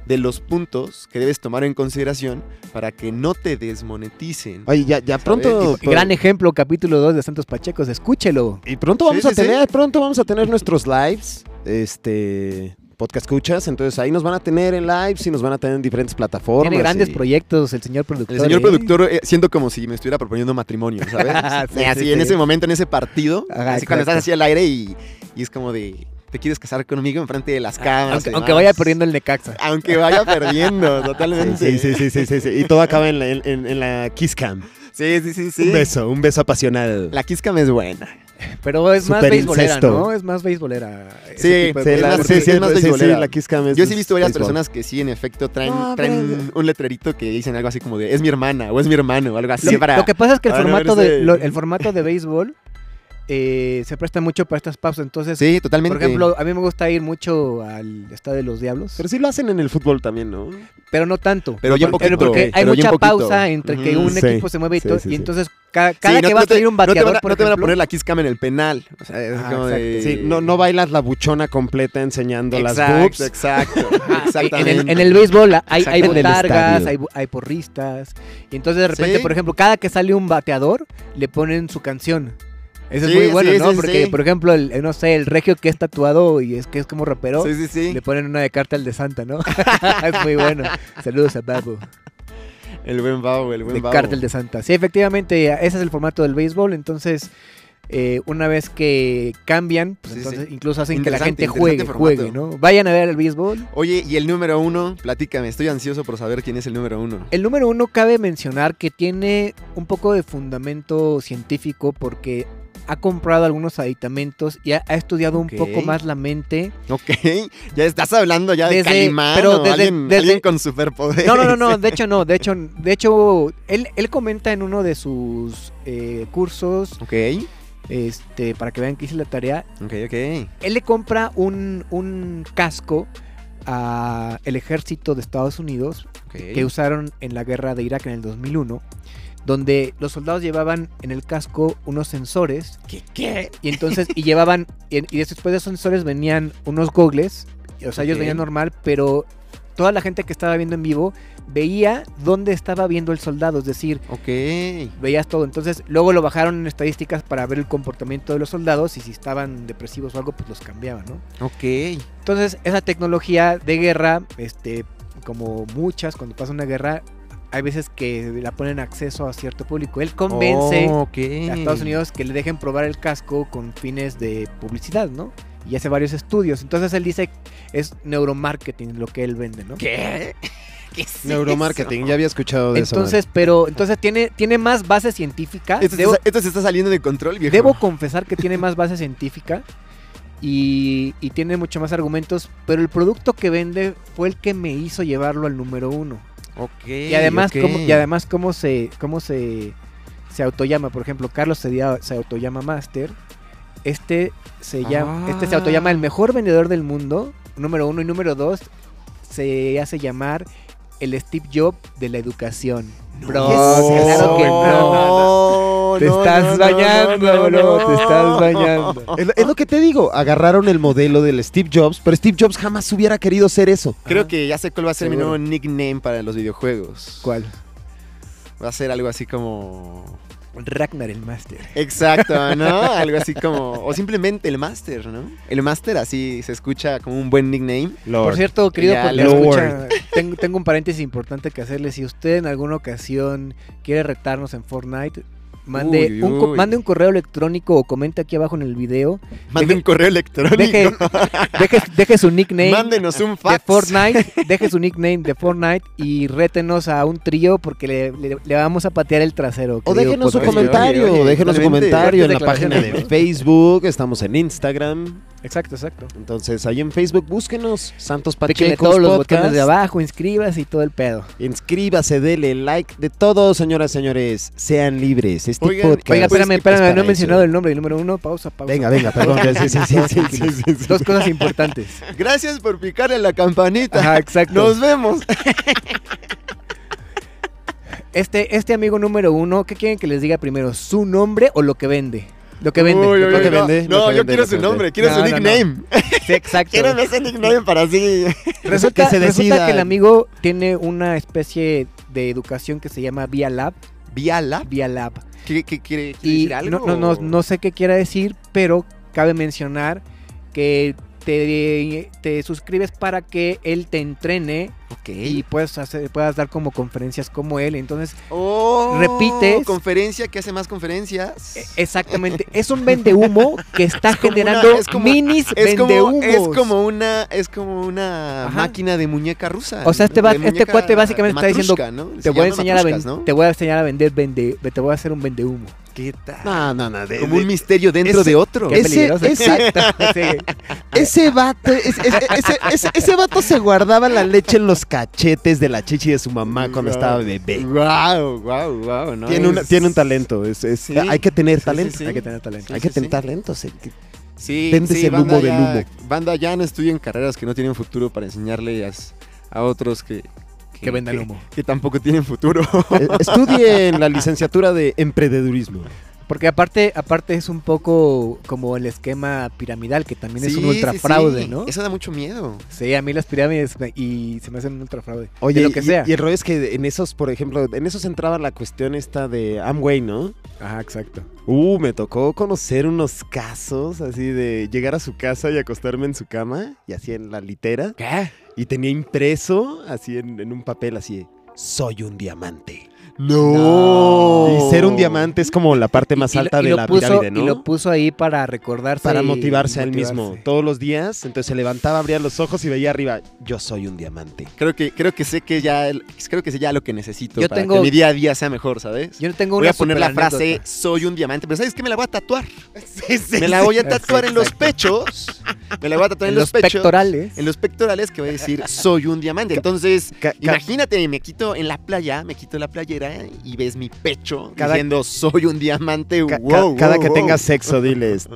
de los puntos que debes tomar en consideración para que no te desmoneticen.
Oye, ya, ya pronto.
y- gran ejemplo, capítulo 2 de Santos Pachecos. Escúchelo.
Y pronto vamos
Sí,
a
sí, sí.
tener, pronto vamos a tener nuestros lives, este podcast escuchas, entonces ahí nos van a tener en lives y nos van a tener en diferentes plataformas.
Tiene grandes
y-
proyectos el señor productor.
El señor
¿eh?
productor eh, siento como si me estuviera proponiendo matrimonio, ¿sabes?
Sí,
así
sí,
en
sí.
ese momento, en ese partido,
Ajá,
así cuando
exacto.
estás así al aire y, y es como de ¿te quieres casar conmigo enfrente de las cámaras?
Ah, Aunque,
y
aunque
demás?
vaya perdiendo el Necaxa.
aunque vaya perdiendo,
Sí,
totalmente.
sí, sí, sí, sí, sí, sí. Y todo acaba en la, en, en- en la Kiss Cam.
Sí, sí, sí, sí.
Un beso, un beso apasionado.
La Kiska me es buena.
Pero es más
Super
beisbolera,
incesto.
¿no? Es más beisbolera. ese
Sí,
tipo de
sí,
cosas,
la-
porque-
sí, sí, es más beisbolera.
la Kiss Cam es-
Yo sí he visto varias
es
personas que sí, en efecto, traen,
No,
traen un letrerito que dicen algo así como de es mi hermana o es mi hermano o algo así
Lo,
para...
lo que pasa
Ah,
es que el
para no
formato, de,
verse-
lo- el formato de béisbol eh, se presta mucho para estas pausas. Entonces,
Sí, totalmente.
por ejemplo, a mí me gusta ir mucho al Estadio de los Diablos,
Pero sí lo hacen en el fútbol también, ¿no?
pero no tanto.
Pero bien
porque,
poquito.
porque hay
pero bien
mucha
poquito.
pausa entre que
Ujú.
un
Sí,
Sí,
equipo se mueve y
sí,
todo.
sí,
y
sí.
entonces, ca- cada,
Sí,
que
no te-
va a
no te-
salir un
no te van a-
bateador,
no te,
por
van a
ejemplo,
poner la Kiss Cam en el penal. O sea, es
Ah,
como de-
Sí, no, no bailas la buchona completa enseñando las
Exacto,
boobs.
Exacto,
Ah, en
exactamente.
el, en el béisbol hay, hay
Exacto. En el
botargas,
estadio.
hay, bu- hay porristas. Y entonces de repente,
Sí.
por ejemplo, cada que sale un bateador, le ponen su canción. Eso es
Sí,
muy bueno,
sí,
¿no?
sí,
Porque,
sí.
por ejemplo, el, el, no sé, el regio que es tatuado y es que es como rapero,
Sí, sí, sí.
le ponen una de cártel de Santa, ¿no? es muy bueno. Saludos a Babu.
El buen Babo, el buen
de
Babo.
Cártel de Santa. Sí, efectivamente, ese es el formato del béisbol. Entonces, eh, una vez que cambian, pues
Sí, sí.
entonces incluso hacen que la
Interesante,
gente juegue,
interesante formato.
juegue, ¿no? Vayan a ver el béisbol.
Oye, y el número uno, platícame, estoy ansioso por saber quién es el número uno.
El número uno cabe mencionar que tiene un poco de fundamento científico porque ha comprado algunos aditamentos y ha, ha estudiado
Ok.
un poco más la mente.
Ok, ya estás hablando ya de
Desde-
Calimán
pero
o
desde-
alguien,
desde-
alguien con superpoderes.
No, no, no, no, de hecho no, de hecho, de hecho, él, él comenta en uno de sus eh, cursos,
Ok,
este, para que vean que hice la tarea,
ok, ok.
Él le compra un, un casco a el ejército de Estados Unidos
ok.
que usaron en la guerra de Irak en el 2001, donde los soldados llevaban en el casco unos sensores
¿Qué? qué?
y entonces y llevaban y, y después de esos sensores venían unos gogles, y, o sea, ellos
Ok.
venían normal, pero toda la gente que estaba viendo en vivo veía dónde estaba viendo el soldado, es decir,
Ok.
veías todo. Entonces, luego lo bajaron en estadísticas para ver el comportamiento de los soldados y si estaban depresivos o algo, pues los cambiaban, ¿no?
Ok.
Entonces, esa tecnología de guerra, este, como muchas, cuando pasa una guerra, hay veces que la ponen acceso a cierto público. Él convence
Oh, ok.
a Estados Unidos que le dejen probar el casco con fines de publicidad, ¿no? Y hace varios estudios. Entonces él dice es neuromarketing lo que él vende, ¿no?
¿Qué? ¿Qué es
Neuromarketing, ya había escuchado de
Entonces, pero entonces tiene tiene más base científica.
eso? Esto,
Debo-
se, esto se está saliendo de control, viejo.
Debo confesar que tiene más base científica y, y tiene mucho más argumentos, pero el producto que vende fue el que me hizo llevarlo al número uno.
Ok.
y además,
ok.
cómo, y además cómo se, cómo se, se autollama. Por ejemplo, Carlos se, dia- se autollama Master. Este se, llama, este se autollama el mejor vendedor del mundo, número uno. Y número dos, se hace llamar el Steve Jobs de la educación. Bro,
¿Qué es
claro que
eso?
no. Te
No,
estás
no, no,
bañando,
no, no,
bro,
no.
te estás bañando.
Es lo, es lo que te digo, agarraron el modelo del Steve Jobs, pero Steve Jobs jamás hubiera querido ser eso.
Creo
Ajá.
que ya sé cuál va a ser mi
Seguro.
nuevo nickname para los videojuegos.
¿Cuál?
Va a ser algo así como.
Ragnar el Master.
Exacto, ¿no? Algo así como. O simplemente el Master, ¿no? El Master así se escucha como un buen nickname.
Por cierto, querido,
Ya,
porque
Lord.
escucha, tengo, tengo un paréntesis importante que hacerle. Si usted en alguna ocasión quiere retarnos en Fortnite, mande,
Uy,
un, co-
uy.
mande un correo electrónico o comente aquí abajo en el video.
Mande
Deje-
un correo electrónico.
Deje, deje, deje su nickname
Mándenos un
de
fax.
Fortnite, deje su nickname de Fortnite y rétenos a un trío porque le, le- le vamos a patear el trasero.
O
querido
déjenos un
oye,
podcaster.
comentario,
oye,
déjenos un
totalmente.
comentario en la
Fuertes
página de
declaraciones,
Facebook, estamos en Instagram.
Exacto, exacto.
Entonces, ahí en Facebook búsquenos Santos
Píquenle
Pacheco
todos los
Podcast.
botones de abajo, inscríbase y todo el pedo.
Inscríbase, dele like de todo, señoras y señores. Sean libres. Este
Oigan,
podcast.
Oiga,
Pues,
espérame,
es
espérame,
para
no he
eso.
mencionado el nombre del número uno. Pausa, pausa.
Venga, venga, perdón. sí, sí, sí, sí, sí, sí, sí.
Dos cosas importantes.
Gracias por picarle la campanita.
Ajá, exacto.
Nos vemos.
Este, este amigo número uno, ¿qué quieren que les diga primero? ¿Su nombre o lo que vende? Lo que vende.
Uy,
lo
uy,
que
uy,
vende.
no,
vende,
no,
lo que
yo
vende,
quiero
lo
su
que vende.
nombre, quiero
No,
su
no, no.
nickname.
Sí, exacto.
Quiero ese nickname para así.
resulta,
que se
resulta
decida.
que el amigo tiene una especie de educación que se llama Via Lab.
Vía Lab.
Via Lab.
¿Qué, qué quiere, quiere
Y
decir algo?
no, no, no, no sé qué quiera decir, pero cabe mencionar que te, te suscribes para que él te entrene
Ok.
y puedas, hacer, puedas dar como conferencias como él. Entonces,
Oh,
Repites.
Conferencia que hace más conferencias.
E- Exactamente. Es un vendehumo que está
Es como una-
generando
es como-
minis
es como,
vendehumos.
es como una, es como una
Ajá.
máquina de muñeca rusa.
O sea, este va-
de
este
muñeca
cuate básicamente está diciendo,
matrusca, ¿no?
te
Se
voy a
llaman
enseñar a
matruscas,
vender, te voy a enseñar a vender vende, te voy a hacer un vendehumo.
¿no? ¿Qué tal?
No, no, no. de-
como
de-
un misterio dentro
ese-
de otro.
Qué
ese-
peligroso.
ese-
Exacto. Sí.
Ese vato, es- es- ese, ese- ese vato se guardaba la leche en los cachetes de la chichi de su mamá cuando estaba bebé.
Wow, wow, wow, ¿no?
Tiene, una-
Es-
tiene un talento. es- es-
Sí.
Hay que tener
sí,
talento.
sí.
Hay que tener talento.
Sí,
Hay que
sí,
tener
sí.
talento. se- eh,
Sí,
Vendes
sí,
el
banda
humo del
ya-
humo.
Banda ya no estudia en carreras que no tienen futuro para enseñarle a, a otros que,
Que vendan humo.
Que, tampoco tienen futuro.
Eh, Estudien la licenciatura de emprendedurismo.
Porque aparte, aparte es un poco como el esquema piramidal, que también es un
Sí,
ultrafraude,
sí, sí.
¿no?
Eso da mucho miedo.
Sí, a mí las pirámides me- y se me hacen un ultrafraude.
Oye,
de lo que
y,
sea.
y el rollo es que en esos, por ejemplo, en esos entraba la cuestión esta de Amway, ¿no?
Ajá, exacto.
Uh, me tocó conocer unos casos así de llegar a su casa y acostarme en su cama y así en la litera.
¿Qué?
Y tenía impreso así en, en un papel así de, soy un diamante.
No.
Y ser un diamante es como la parte más alta de la pirámide, ¿no?
Y lo puso ahí para recordarse.
para
y
motivarse a él mismo
motivarse.
todos los días. Entonces se levantaba, abría los ojos y veía arriba, yo soy un diamante.
Creo que, creo que sé que ya, el- creo que sé ya lo que necesito
Yo
para
tengo-
que mi día a día sea mejor, ¿sabes?
Yo no tengo
voy
una
a poner la
superanécdota.
frase soy un diamante, pero ¿sabes qué? Me la voy a tatuar. Me
Me
la voy a
Exacto,
tatuar en los pechos. Me la voy a tatuar en,
En los
pechos.
pectorales.
En los pectorales que voy a decir soy un diamante. Entonces,
Ca- ca-
imagínate, me quito en la playa, me quito la playera y ves mi pecho
Cada-
diciendo soy un diamante.
ca-
wow,
cada
wow,
que
wow.
tengas sexo, diles,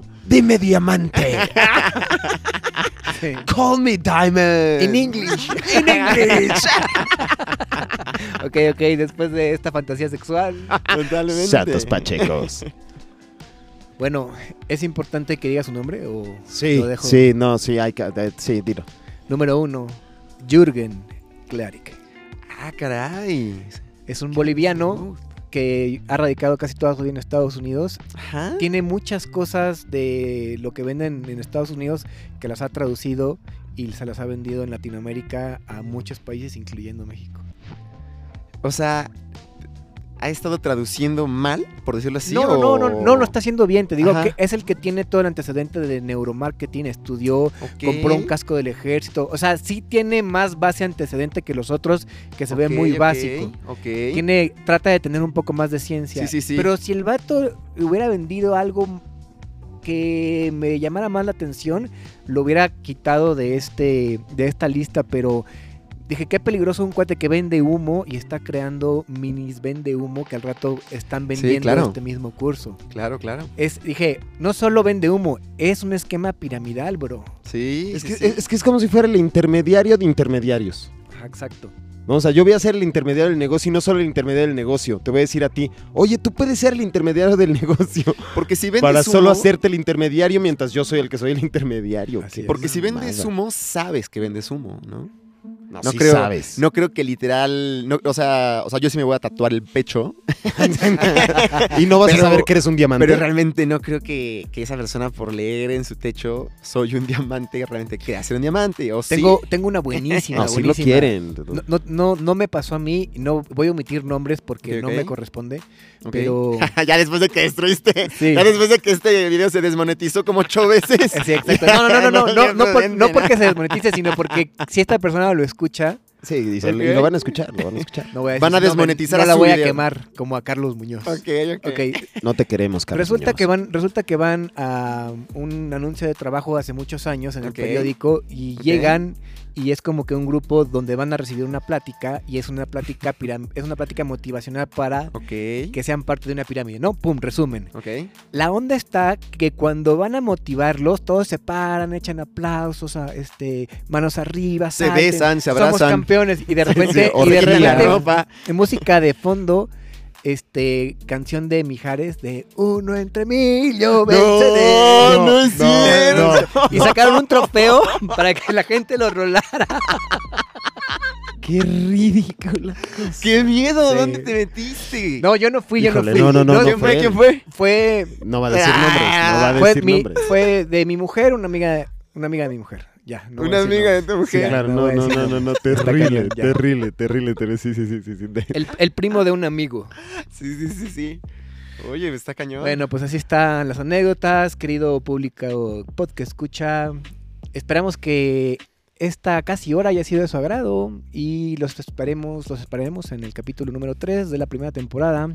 dime diamante,
Sí.
call me diamond.
In English. In English. ok, ok, después de esta fantasía sexual.
Ah. Totalmente.
Santos Pachecos.
Bueno, ¿es importante que diga su nombre o
Sí,
lo dejo?
sí, no, sí, hay que, eh, sí, dilo.
Número uno, Jürgen Klarik.
Ah, caray.
Es un boliviano que ha radicado casi toda su vida en Estados Unidos.
Ajá.
Tiene muchas cosas de lo que venden en Estados Unidos que las ha traducido y se las ha vendido en Latinoamérica a muchos países, incluyendo México.
O sea, ¿ha estado traduciendo mal, por decirlo así?
no, no,
o-
no, no, no lo está haciendo bien. Te digo
Ajá.
que es el que tiene todo el antecedente de neuromarketing, estudió,
Ok.
compró un casco del ejército. O sea, sí tiene más base antecedente que los otros, que se ve
Ok,
muy
ok,
básico.
Ok.
Tiene, trata de tener un poco más de ciencia.
Sí, sí, sí.
Pero si el vato hubiera vendido algo que me llamara más la atención, lo hubiera quitado de este, de esta lista, pero. Dije, qué peligroso un cuate que vende humo y está creando minis vende humo que al rato están vendiendo
claro.
este mismo curso.
Claro, claro.
Es, dije, no solo vende humo, es un esquema piramidal, bro.
Sí.
Es
sí,
que,
sí.
es que es como si fuera el intermediario de intermediarios.
Ajá, exacto.
No, o sea, yo voy a ser el intermediario del negocio y no solo el intermediario del negocio. Te voy a decir a ti, oye, tú puedes ser el intermediario del negocio
Porque si vendes
para solo
humo-
hacerte el intermediario mientras yo soy el que soy el intermediario.
Así
Qué
es.
Porque si vendes
mamada.
humo, sabes que vendes humo, ¿no?
no,
no
sí
creo-
sabes.
No creo que literal, no- o sea, o sea, yo sí me voy a tatuar el pecho,
y no vas
Pero-
a saber que eres un diamante.
pero realmente no creo que, que esa persona por leer en su techo soy un diamante realmente crea ser un diamante o sí.
Tengo, tengo una buenísima.
no, sí lo
buenísima.
quieren.
No, no, no, no me pasó a mí, no voy a omitir nombres porque
Ok,
no
ok.
me corresponde,
Ok.
pero...
ya después de que destruiste,
Sí.
ya después de que este video se desmonetizó como ocho veces.
Sí, exacto. No, no, no, no, no, no, no, por- no
Obviamente,
porque se desmonetice, sino porque si esta persona lo escucha,
Sí, dice,
Ok.
y lo van a escuchar, lo van a escuchar.
no voy a decir
Van a
su nombre,
desmonetizar
No
a
la
su
voy a
video.
quemar como a Carlos Muñoz. Ok.
Ok, ok.
No te queremos, Carlos
Resulta
Muñoz.
que van, resulta que van a un anuncio de trabajo hace muchos años en
Ok.
el periódico y
Ok.
llegan y es como que un grupo donde van a recibir una plática y es una plática piram- es una plática motivacional para
Ok.
que sean parte de una pirámide, ¿no? Pum, resumen.
Ok.
La onda está que cuando van a motivarlos, todos se paran, echan aplausos, a- este, manos arriba,
Se
salten,
besan, se
Somos
abrazan.
campeones y de repente,
o
y de
quitan la
repente,
ropa.
en música de fondo, este, canción de Mijares de uno entre mil, yo venceré.
no es cierto.
Y sacaron un trofeo para que la gente lo rolara.
Qué ridícula.
¡Qué miedo!
Sí.
¿Dónde te metiste?
No, yo no fui, yo no
Híjole,
fui.
no, no, no, no
¿Quién
fue,
fue? ¿Quién fue?
fue,
No va a decir nombres, no va a
Ah, fue
decir
mi-
nombres.
fue de mi mujer, una amiga, una amiga de mi mujer. Ya, no voy a
Una
decir
amiga
nombres.
de tu mujer.
Sí,
Claro,
no
no,
voy a
no,
decir
no, no,
nombres.
no,
Está
terrible,
cañón, ya.
terrible, terrible, terrible, sí, sí, sí, sí, sí. de- Ah,
El, el primo de un amigo.
Sí, sí, sí, sí. Oye, está cañón.
Bueno, pues así están las anécdotas, querido público podcast escucha. Esperamos que esta casi hora haya sido de su agrado y los esperemos, los esperaremos en el capítulo número 3 de la primera temporada.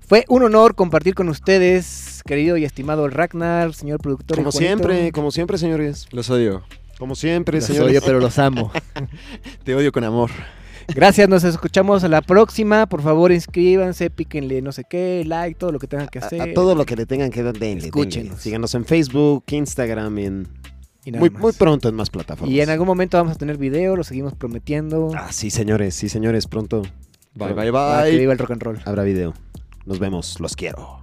Fue un honor compartir con ustedes, querido y estimado Ragnar, señor productor. y
Como
Juanito.
siempre, como siempre, señores.
Los odio.
Como siempre,
Los
señores.
odio, pero los amo.
Te odio con amor.
Gracias, nos escuchamos a la próxima. Por favor, inscríbanse, píquenle no sé qué, like, todo lo que tengan que
A-
hacer.
A, todo lo que le tengan que dar, denle, denle.
Escúchenos.
Síganos en Facebook, Instagram, en...
y nada
Muy,
más.
muy pronto en más plataformas.
Y en algún momento vamos a tener video, lo seguimos prometiendo.
Ah, sí, señores, sí, señores, pronto
Bye, bye,
Para que
bye.
viva el rock and roll.
habrá video. Nos vemos, los quiero.